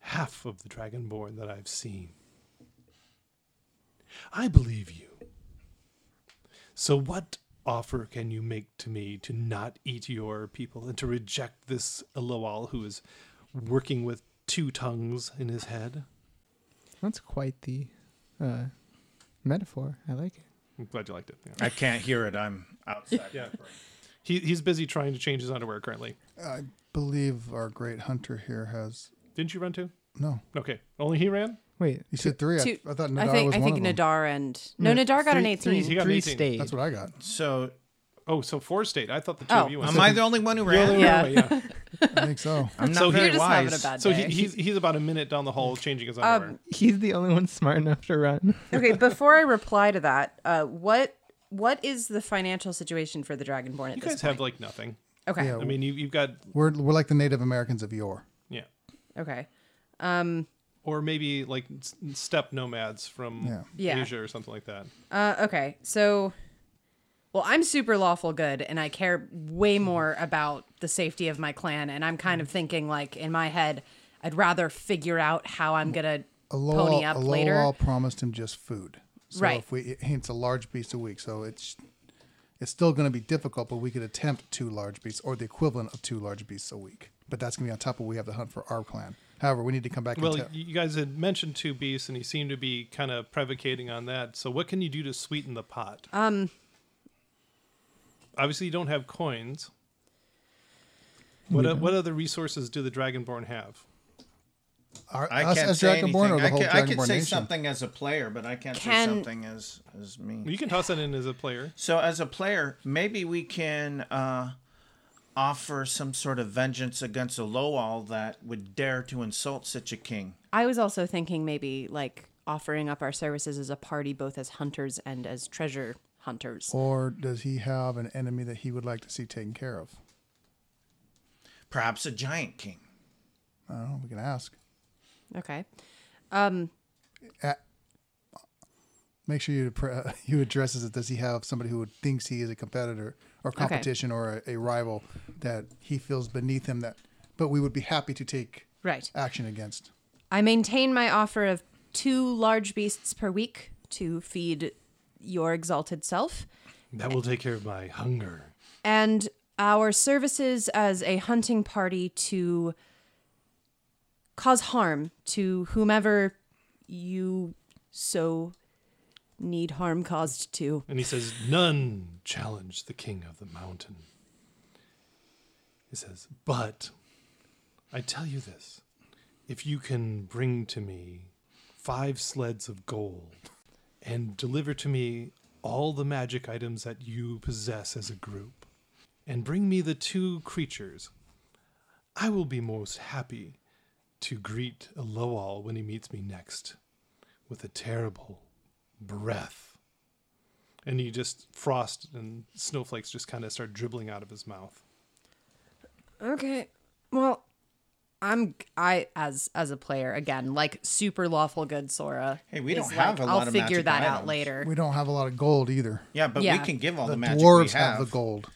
[SPEAKER 5] half of the dragonborn that I've seen. I believe you. So, what offer can you make to me to not eat your people and to reject this Elowal who is working with two tongues in his head?
[SPEAKER 2] That's quite the uh, metaphor. I like it.
[SPEAKER 5] I'm glad you liked it. Yeah.
[SPEAKER 1] I can't hear it. I'm outside.
[SPEAKER 5] He, he's busy trying to change his underwear currently.
[SPEAKER 4] I believe our great hunter here has
[SPEAKER 5] Didn't you run too?
[SPEAKER 4] no.
[SPEAKER 5] Okay. Only he ran?
[SPEAKER 2] Wait,
[SPEAKER 4] You said three.
[SPEAKER 6] Two-
[SPEAKER 4] I, I thought Nadar
[SPEAKER 6] I think
[SPEAKER 4] was
[SPEAKER 6] I
[SPEAKER 4] one
[SPEAKER 6] think
[SPEAKER 4] of them.
[SPEAKER 6] Nadar and no, Nadar got an
[SPEAKER 2] three-
[SPEAKER 6] 18.
[SPEAKER 2] three-
[SPEAKER 5] He got an
[SPEAKER 2] three
[SPEAKER 5] 18.
[SPEAKER 2] stayed.
[SPEAKER 4] That's what I got.
[SPEAKER 1] So,
[SPEAKER 5] Oh, so four stayed. I thought the two
[SPEAKER 6] Oh.
[SPEAKER 5] of you went.
[SPEAKER 1] am I the only one who ran?
[SPEAKER 6] Yeah.
[SPEAKER 5] Oh, yeah.
[SPEAKER 4] I think so.
[SPEAKER 1] I'm not
[SPEAKER 5] So
[SPEAKER 1] very
[SPEAKER 6] You're just
[SPEAKER 1] wise.
[SPEAKER 6] having a bad
[SPEAKER 5] So
[SPEAKER 6] day.
[SPEAKER 5] he, he's, he's about a minute down the hall changing
[SPEAKER 6] Um,
[SPEAKER 5] his underwear.
[SPEAKER 2] He's the only one smart enough to run.
[SPEAKER 6] okay, before I reply to that, uh, what what is the financial situation for the Dragonborn at
[SPEAKER 5] you
[SPEAKER 6] this
[SPEAKER 5] guys have like nothing.
[SPEAKER 6] point? Okay.
[SPEAKER 4] Yeah.
[SPEAKER 5] I mean, you, you've got,
[SPEAKER 4] We're we're like the Native Americans of yore.
[SPEAKER 5] yeah.
[SPEAKER 6] Okay.
[SPEAKER 5] Or maybe like s- step nomads from
[SPEAKER 4] Yeah.
[SPEAKER 6] Yeah.
[SPEAKER 5] Asia or something like that.
[SPEAKER 6] Uh, okay. So, well, I'm super lawful good, and I care way
[SPEAKER 5] Hmm.
[SPEAKER 6] more about the safety of my clan. And I'm kind of thinking, like in my head, I'd rather figure out how
[SPEAKER 5] Hmm.
[SPEAKER 6] I'm gonna
[SPEAKER 4] Aloha,
[SPEAKER 6] pony up
[SPEAKER 4] Aloha
[SPEAKER 6] later.
[SPEAKER 4] promised him just food. So
[SPEAKER 6] Right.
[SPEAKER 4] If we, it's a large beast a week, so it's it's still going to be difficult, but we could attempt two large beasts or the equivalent of two large beasts a week. But that's going to be on top of we have to hunt for our clan. However, we need to come back.
[SPEAKER 5] Well,
[SPEAKER 4] and
[SPEAKER 5] y-
[SPEAKER 4] tell,
[SPEAKER 5] you guys had mentioned two beasts, and he seemed to be kind of prevocating on that. So, what can you do to sweeten the pot? Um. Obviously, you don't have coins. What o- what other resources do the Dragonborn have?
[SPEAKER 4] our,
[SPEAKER 1] I
[SPEAKER 4] us
[SPEAKER 1] can't
[SPEAKER 4] as
[SPEAKER 1] say
[SPEAKER 4] Dragonborn or
[SPEAKER 1] anything.
[SPEAKER 4] the whole
[SPEAKER 1] I can, I can
[SPEAKER 4] Dragonborn
[SPEAKER 1] say
[SPEAKER 4] nation.
[SPEAKER 1] something as a player, but I can't
[SPEAKER 6] Can-
[SPEAKER 1] say something as as me.
[SPEAKER 5] You can toss that in as a player.
[SPEAKER 1] So as a player, maybe we can uh, offer some sort of vengeance against a Lowall that would dare to insult such a king.
[SPEAKER 6] I was also thinking maybe like offering up our services as a party, both as hunters and as treasure hunters.
[SPEAKER 4] Or does he have an enemy that he would like to see taken care of?
[SPEAKER 1] Perhaps a giant king.
[SPEAKER 4] I don't know. We can ask.
[SPEAKER 6] Okay.
[SPEAKER 4] Make sure you appre- you address this. Does he have somebody who thinks he is a competitor or competition or a, a rival that he feels beneath him? That, but we would be happy to take
[SPEAKER 6] Right.
[SPEAKER 4] action against.
[SPEAKER 6] I maintain my offer of two large beasts per week to feed your exalted self,
[SPEAKER 5] That will take care of my hunger.
[SPEAKER 6] and our services as a hunting party to cause harm to whomever you so need harm caused to.
[SPEAKER 5] And he says, None challenge the king of the mountain. He says, But I tell you this if you can bring to me five sleds of gold and deliver to me all the magic items that you possess as a group, and bring me the two creatures, I will be most happy to greet Loal when he meets me next with a terrible breath. And he just frost and snowflakes just kind of start dribbling out of his mouth.
[SPEAKER 6] Okay. Well, I'm I as as a player again, like super lawful good Sora.
[SPEAKER 1] Hey, we don't
[SPEAKER 6] is
[SPEAKER 1] have
[SPEAKER 6] like,
[SPEAKER 1] a lot
[SPEAKER 6] I'll
[SPEAKER 1] of
[SPEAKER 6] figure
[SPEAKER 1] magic
[SPEAKER 6] that out
[SPEAKER 1] items.
[SPEAKER 6] later.
[SPEAKER 4] We don't have a lot of gold either.
[SPEAKER 1] Yeah, but
[SPEAKER 6] Yeah.
[SPEAKER 1] we can give all the,
[SPEAKER 4] The
[SPEAKER 1] magic
[SPEAKER 4] dwarves
[SPEAKER 1] we have.
[SPEAKER 4] have. the gold.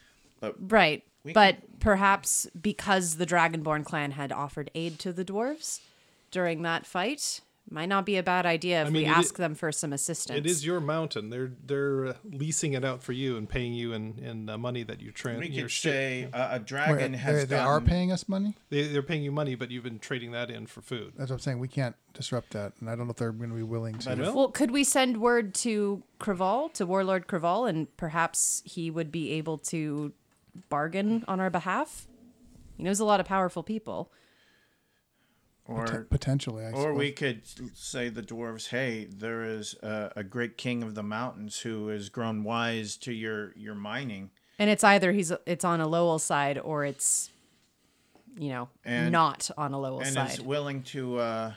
[SPEAKER 6] Right.
[SPEAKER 1] We
[SPEAKER 6] but perhaps because the Dragonborn clan had offered aid to the dwarves during that fight, might not be a bad idea if
[SPEAKER 5] mean,
[SPEAKER 6] we
[SPEAKER 5] it i-
[SPEAKER 6] ask them for some assistance.
[SPEAKER 5] It is your mountain. They're they're uh, leasing it out for you and paying you in in uh, money that you trans.
[SPEAKER 1] We
[SPEAKER 5] your
[SPEAKER 1] could
[SPEAKER 5] ship.
[SPEAKER 1] say uh, a
[SPEAKER 4] Wait,
[SPEAKER 1] dragon
[SPEAKER 4] they,
[SPEAKER 1] has
[SPEAKER 4] they are
[SPEAKER 1] gotten-
[SPEAKER 4] paying us money.
[SPEAKER 5] They, they're paying you money, but you've been trading that in for food.
[SPEAKER 4] That's what I'm saying. We can't disrupt that, and I don't know if they're going to be willing to.
[SPEAKER 5] Well,
[SPEAKER 6] well, could we send word to Craval, to Warlord Craval, and perhaps he would be able to bargain on our behalf? He knows a lot of powerful people.
[SPEAKER 4] Pot-
[SPEAKER 1] or
[SPEAKER 4] potentially, I
[SPEAKER 1] or
[SPEAKER 4] suppose.
[SPEAKER 1] we could say the dwarves, hey, there is a, a great king of the mountains who has grown wise to your your mining.
[SPEAKER 6] And it's either he's it's on a Lowell side or it's you know,
[SPEAKER 1] And-
[SPEAKER 6] not on a Lowell
[SPEAKER 1] and
[SPEAKER 6] side.
[SPEAKER 1] is willing to uh,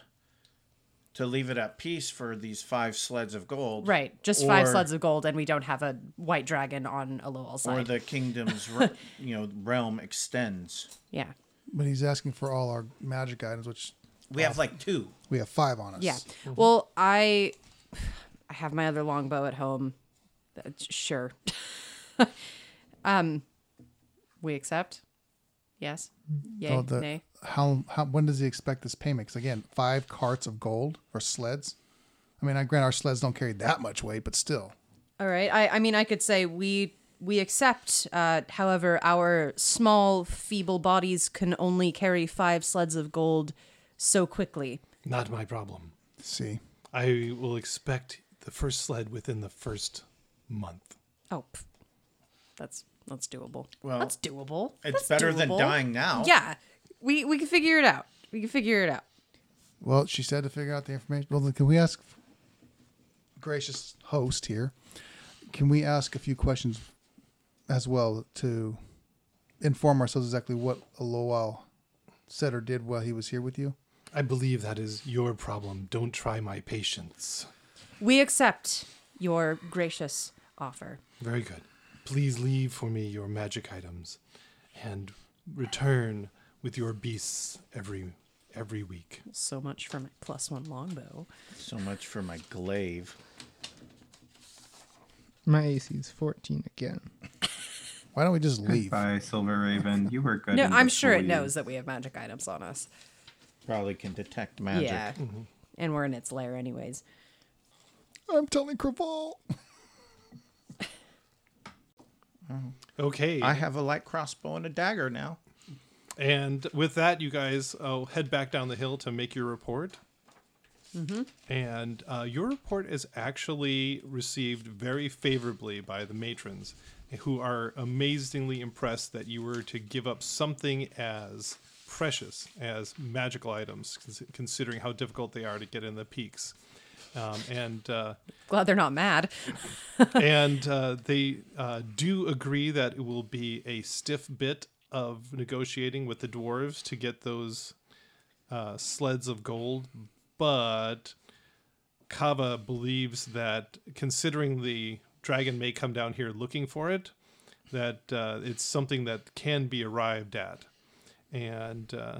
[SPEAKER 1] to leave it at peace for these five sleds of gold.
[SPEAKER 6] Right. Just five
[SPEAKER 1] or-
[SPEAKER 6] sleds of gold, and we don't have a white dragon on a Lowell
[SPEAKER 1] Or
[SPEAKER 6] side.
[SPEAKER 1] the kingdom's re- you know realm extends.
[SPEAKER 6] yeah.
[SPEAKER 4] But he's asking for all our magic items, which
[SPEAKER 1] We have like two.
[SPEAKER 4] we have five on us.
[SPEAKER 6] Yeah.
[SPEAKER 1] mm-hmm.
[SPEAKER 6] Well, I I have my other longbow at home. That's- Sure. um, we accept. Yes.
[SPEAKER 1] Mm-hmm.
[SPEAKER 6] Yay.
[SPEAKER 4] Oh, the-
[SPEAKER 6] Eh, Nay.
[SPEAKER 4] How, how when does he expect this payment? Because again, five carts of gold or sleds. I mean, I grant our sleds don't carry that much weight, but still,
[SPEAKER 6] All right. I, I mean, I could say we we accept. Uh, however, our small, feeble bodies can only carry five sleds of gold so quickly.
[SPEAKER 5] Not my problem.
[SPEAKER 4] see,
[SPEAKER 5] I will expect the first sled within the first month.
[SPEAKER 6] Oh, pff. that's that's doable.
[SPEAKER 1] Well,
[SPEAKER 6] that's doable.
[SPEAKER 1] It's
[SPEAKER 6] That's
[SPEAKER 1] better than
[SPEAKER 6] doable.
[SPEAKER 1] dying now.
[SPEAKER 6] Yeah, we we can figure it out. We can figure it out.
[SPEAKER 4] Well, she said to figure out the information. Well, then can we ask, gracious host here, can we ask a few questions as well to inform ourselves exactly what Aloal said or did while he was here with you?
[SPEAKER 5] I believe that is your problem. Don't try my patience.
[SPEAKER 6] We accept your gracious offer.
[SPEAKER 5] Very good. Please leave for me your magic items and return with your beasts every every week.
[SPEAKER 6] So much for my plus one longbow.
[SPEAKER 1] So much for my glaive.
[SPEAKER 2] My AC is 14 again.
[SPEAKER 4] Why don't we just leave?
[SPEAKER 3] Goodbye, Silver Raven. You were good.
[SPEAKER 6] No,
[SPEAKER 3] in
[SPEAKER 6] I'm
[SPEAKER 3] this
[SPEAKER 6] sure it
[SPEAKER 3] league.
[SPEAKER 6] knows that we have magic items on us.
[SPEAKER 1] Probably can detect magic.
[SPEAKER 6] Yeah, and we're in its lair anyways.
[SPEAKER 4] I'm telling Craval.
[SPEAKER 5] Okay.
[SPEAKER 1] I have a light crossbow and a dagger now.
[SPEAKER 5] and with that, you guys uh, head back down the hill to make your report. And uh, your report is actually received very favorably by the matrons, who are amazingly impressed that you were to give up something as precious as magical items, cons- considering how difficult they are to get in the peaks. Um, and uh,
[SPEAKER 6] Glad they're not mad.
[SPEAKER 5] and uh, they uh, do agree that it will be a stiff bit of negotiating with the dwarves to get those uh, sleds of gold, but Kava believes that considering the dragon may come down here looking for it, that uh, it's something that can be arrived at, and. Uh,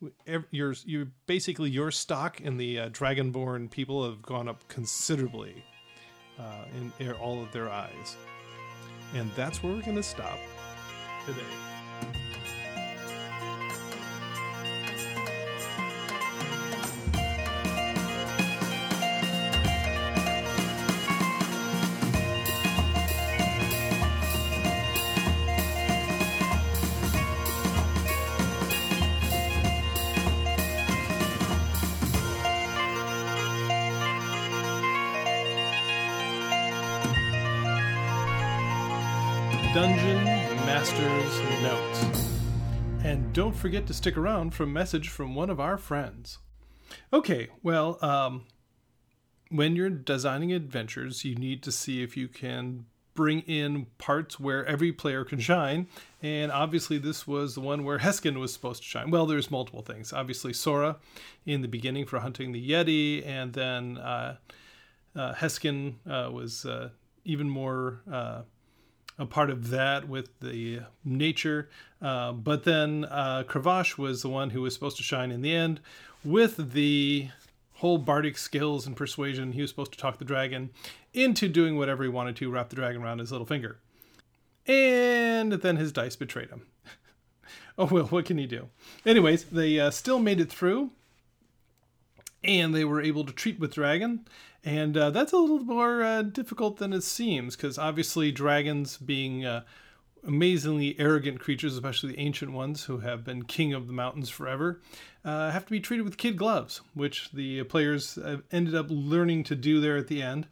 [SPEAKER 5] w- ev- your, your basically your stock in the uh, dragonborn people have gone up considerably uh, in, in all of their eyes. And that's where we're going to stop today. Dungeon Master's Notes. And don't forget to stick around for a message from one of our friends. Okay, well, um, when you're designing adventures, you need to see if you can bring in parts where every player can shine. And obviously, this was the one where Heskin was supposed to shine. Well, there's multiple things. Obviously, Sora in the beginning for hunting the Yeti, and then uh, uh, Heskin uh, was uh, even more uh, a part of that with the nature. Uh, but then uh, Kravash was the one who was supposed to shine in the end with the whole bardic skills and persuasion. He was supposed to talk the dragon into doing whatever he wanted to, wrap the dragon around his little finger. And then his dice betrayed him. oh, well, what can you do? Anyways, they uh, still made it through and they were able to treat with dragon and uh, that's a little more uh, difficult than it seems because obviously dragons being uh, amazingly arrogant creatures especially the ancient ones who have been king of the mountains forever uh, have to be treated with kid gloves which the players uh, ended up learning to do there at the end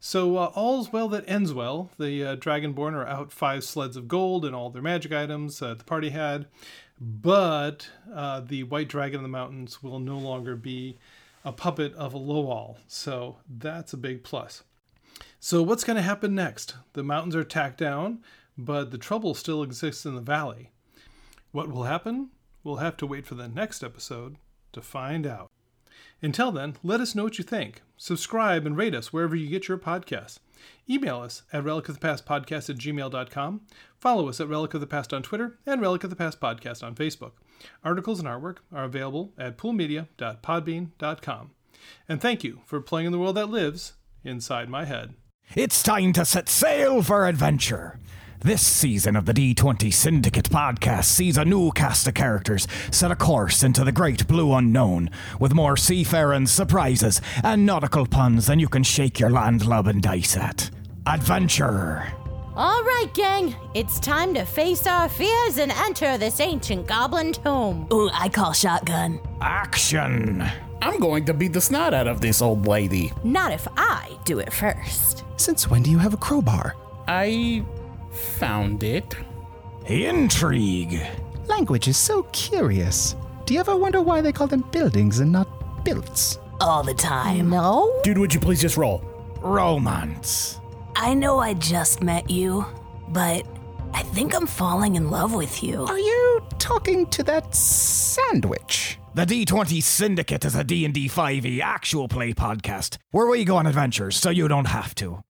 [SPEAKER 5] so uh, all's well that ends well the uh, dragonborn are out five sleds of gold and all their magic items uh, the party had but uh, the white dragon of the mountains will no longer be a puppet of a Lowall, so that's a big plus. So what's going to happen next? The mountains are tacked down, but the trouble still exists in the valley. What will happen? We'll have to wait for the next episode to find out. Until then, let us know what you think. Subscribe and rate us wherever you get your podcasts. Email us at relic of the past podcast at gmail.com. Follow us at relic of the past on Twitter and relic of the past podcast on Facebook. Articles and artwork are available at poolmedia.podbean.com. And thank you for playing in the world that lives inside my head.
[SPEAKER 8] It's time to set sail for adventure. This season of the D20 Syndicate podcast sees a new cast of characters set a course into the great blue unknown, with more seafaring surprises and nautical puns than you can shake your landlubbing dice at. Adventure!
[SPEAKER 9] All right, gang, it's time to face our fears and enter this ancient goblin tomb.
[SPEAKER 10] Ooh, I call shotgun.
[SPEAKER 8] Action!
[SPEAKER 11] I'm going to beat the snot out of this old lady.
[SPEAKER 10] Not if I do it first.
[SPEAKER 12] Since when do you have a crowbar?
[SPEAKER 11] I found it.
[SPEAKER 8] Intrigue!
[SPEAKER 12] Language is so curious. Do you ever wonder why they call them buildings and not builts?
[SPEAKER 10] All the time.
[SPEAKER 9] No?
[SPEAKER 11] Dude, would you please just roll?
[SPEAKER 8] Romance!
[SPEAKER 10] I know I just met you, but I think I'm falling in love with you.
[SPEAKER 12] Are you talking to that sandwich?
[SPEAKER 8] The D20 E Syndicate is a D&D 5e actual play podcast where we go on adventures so you don't have to.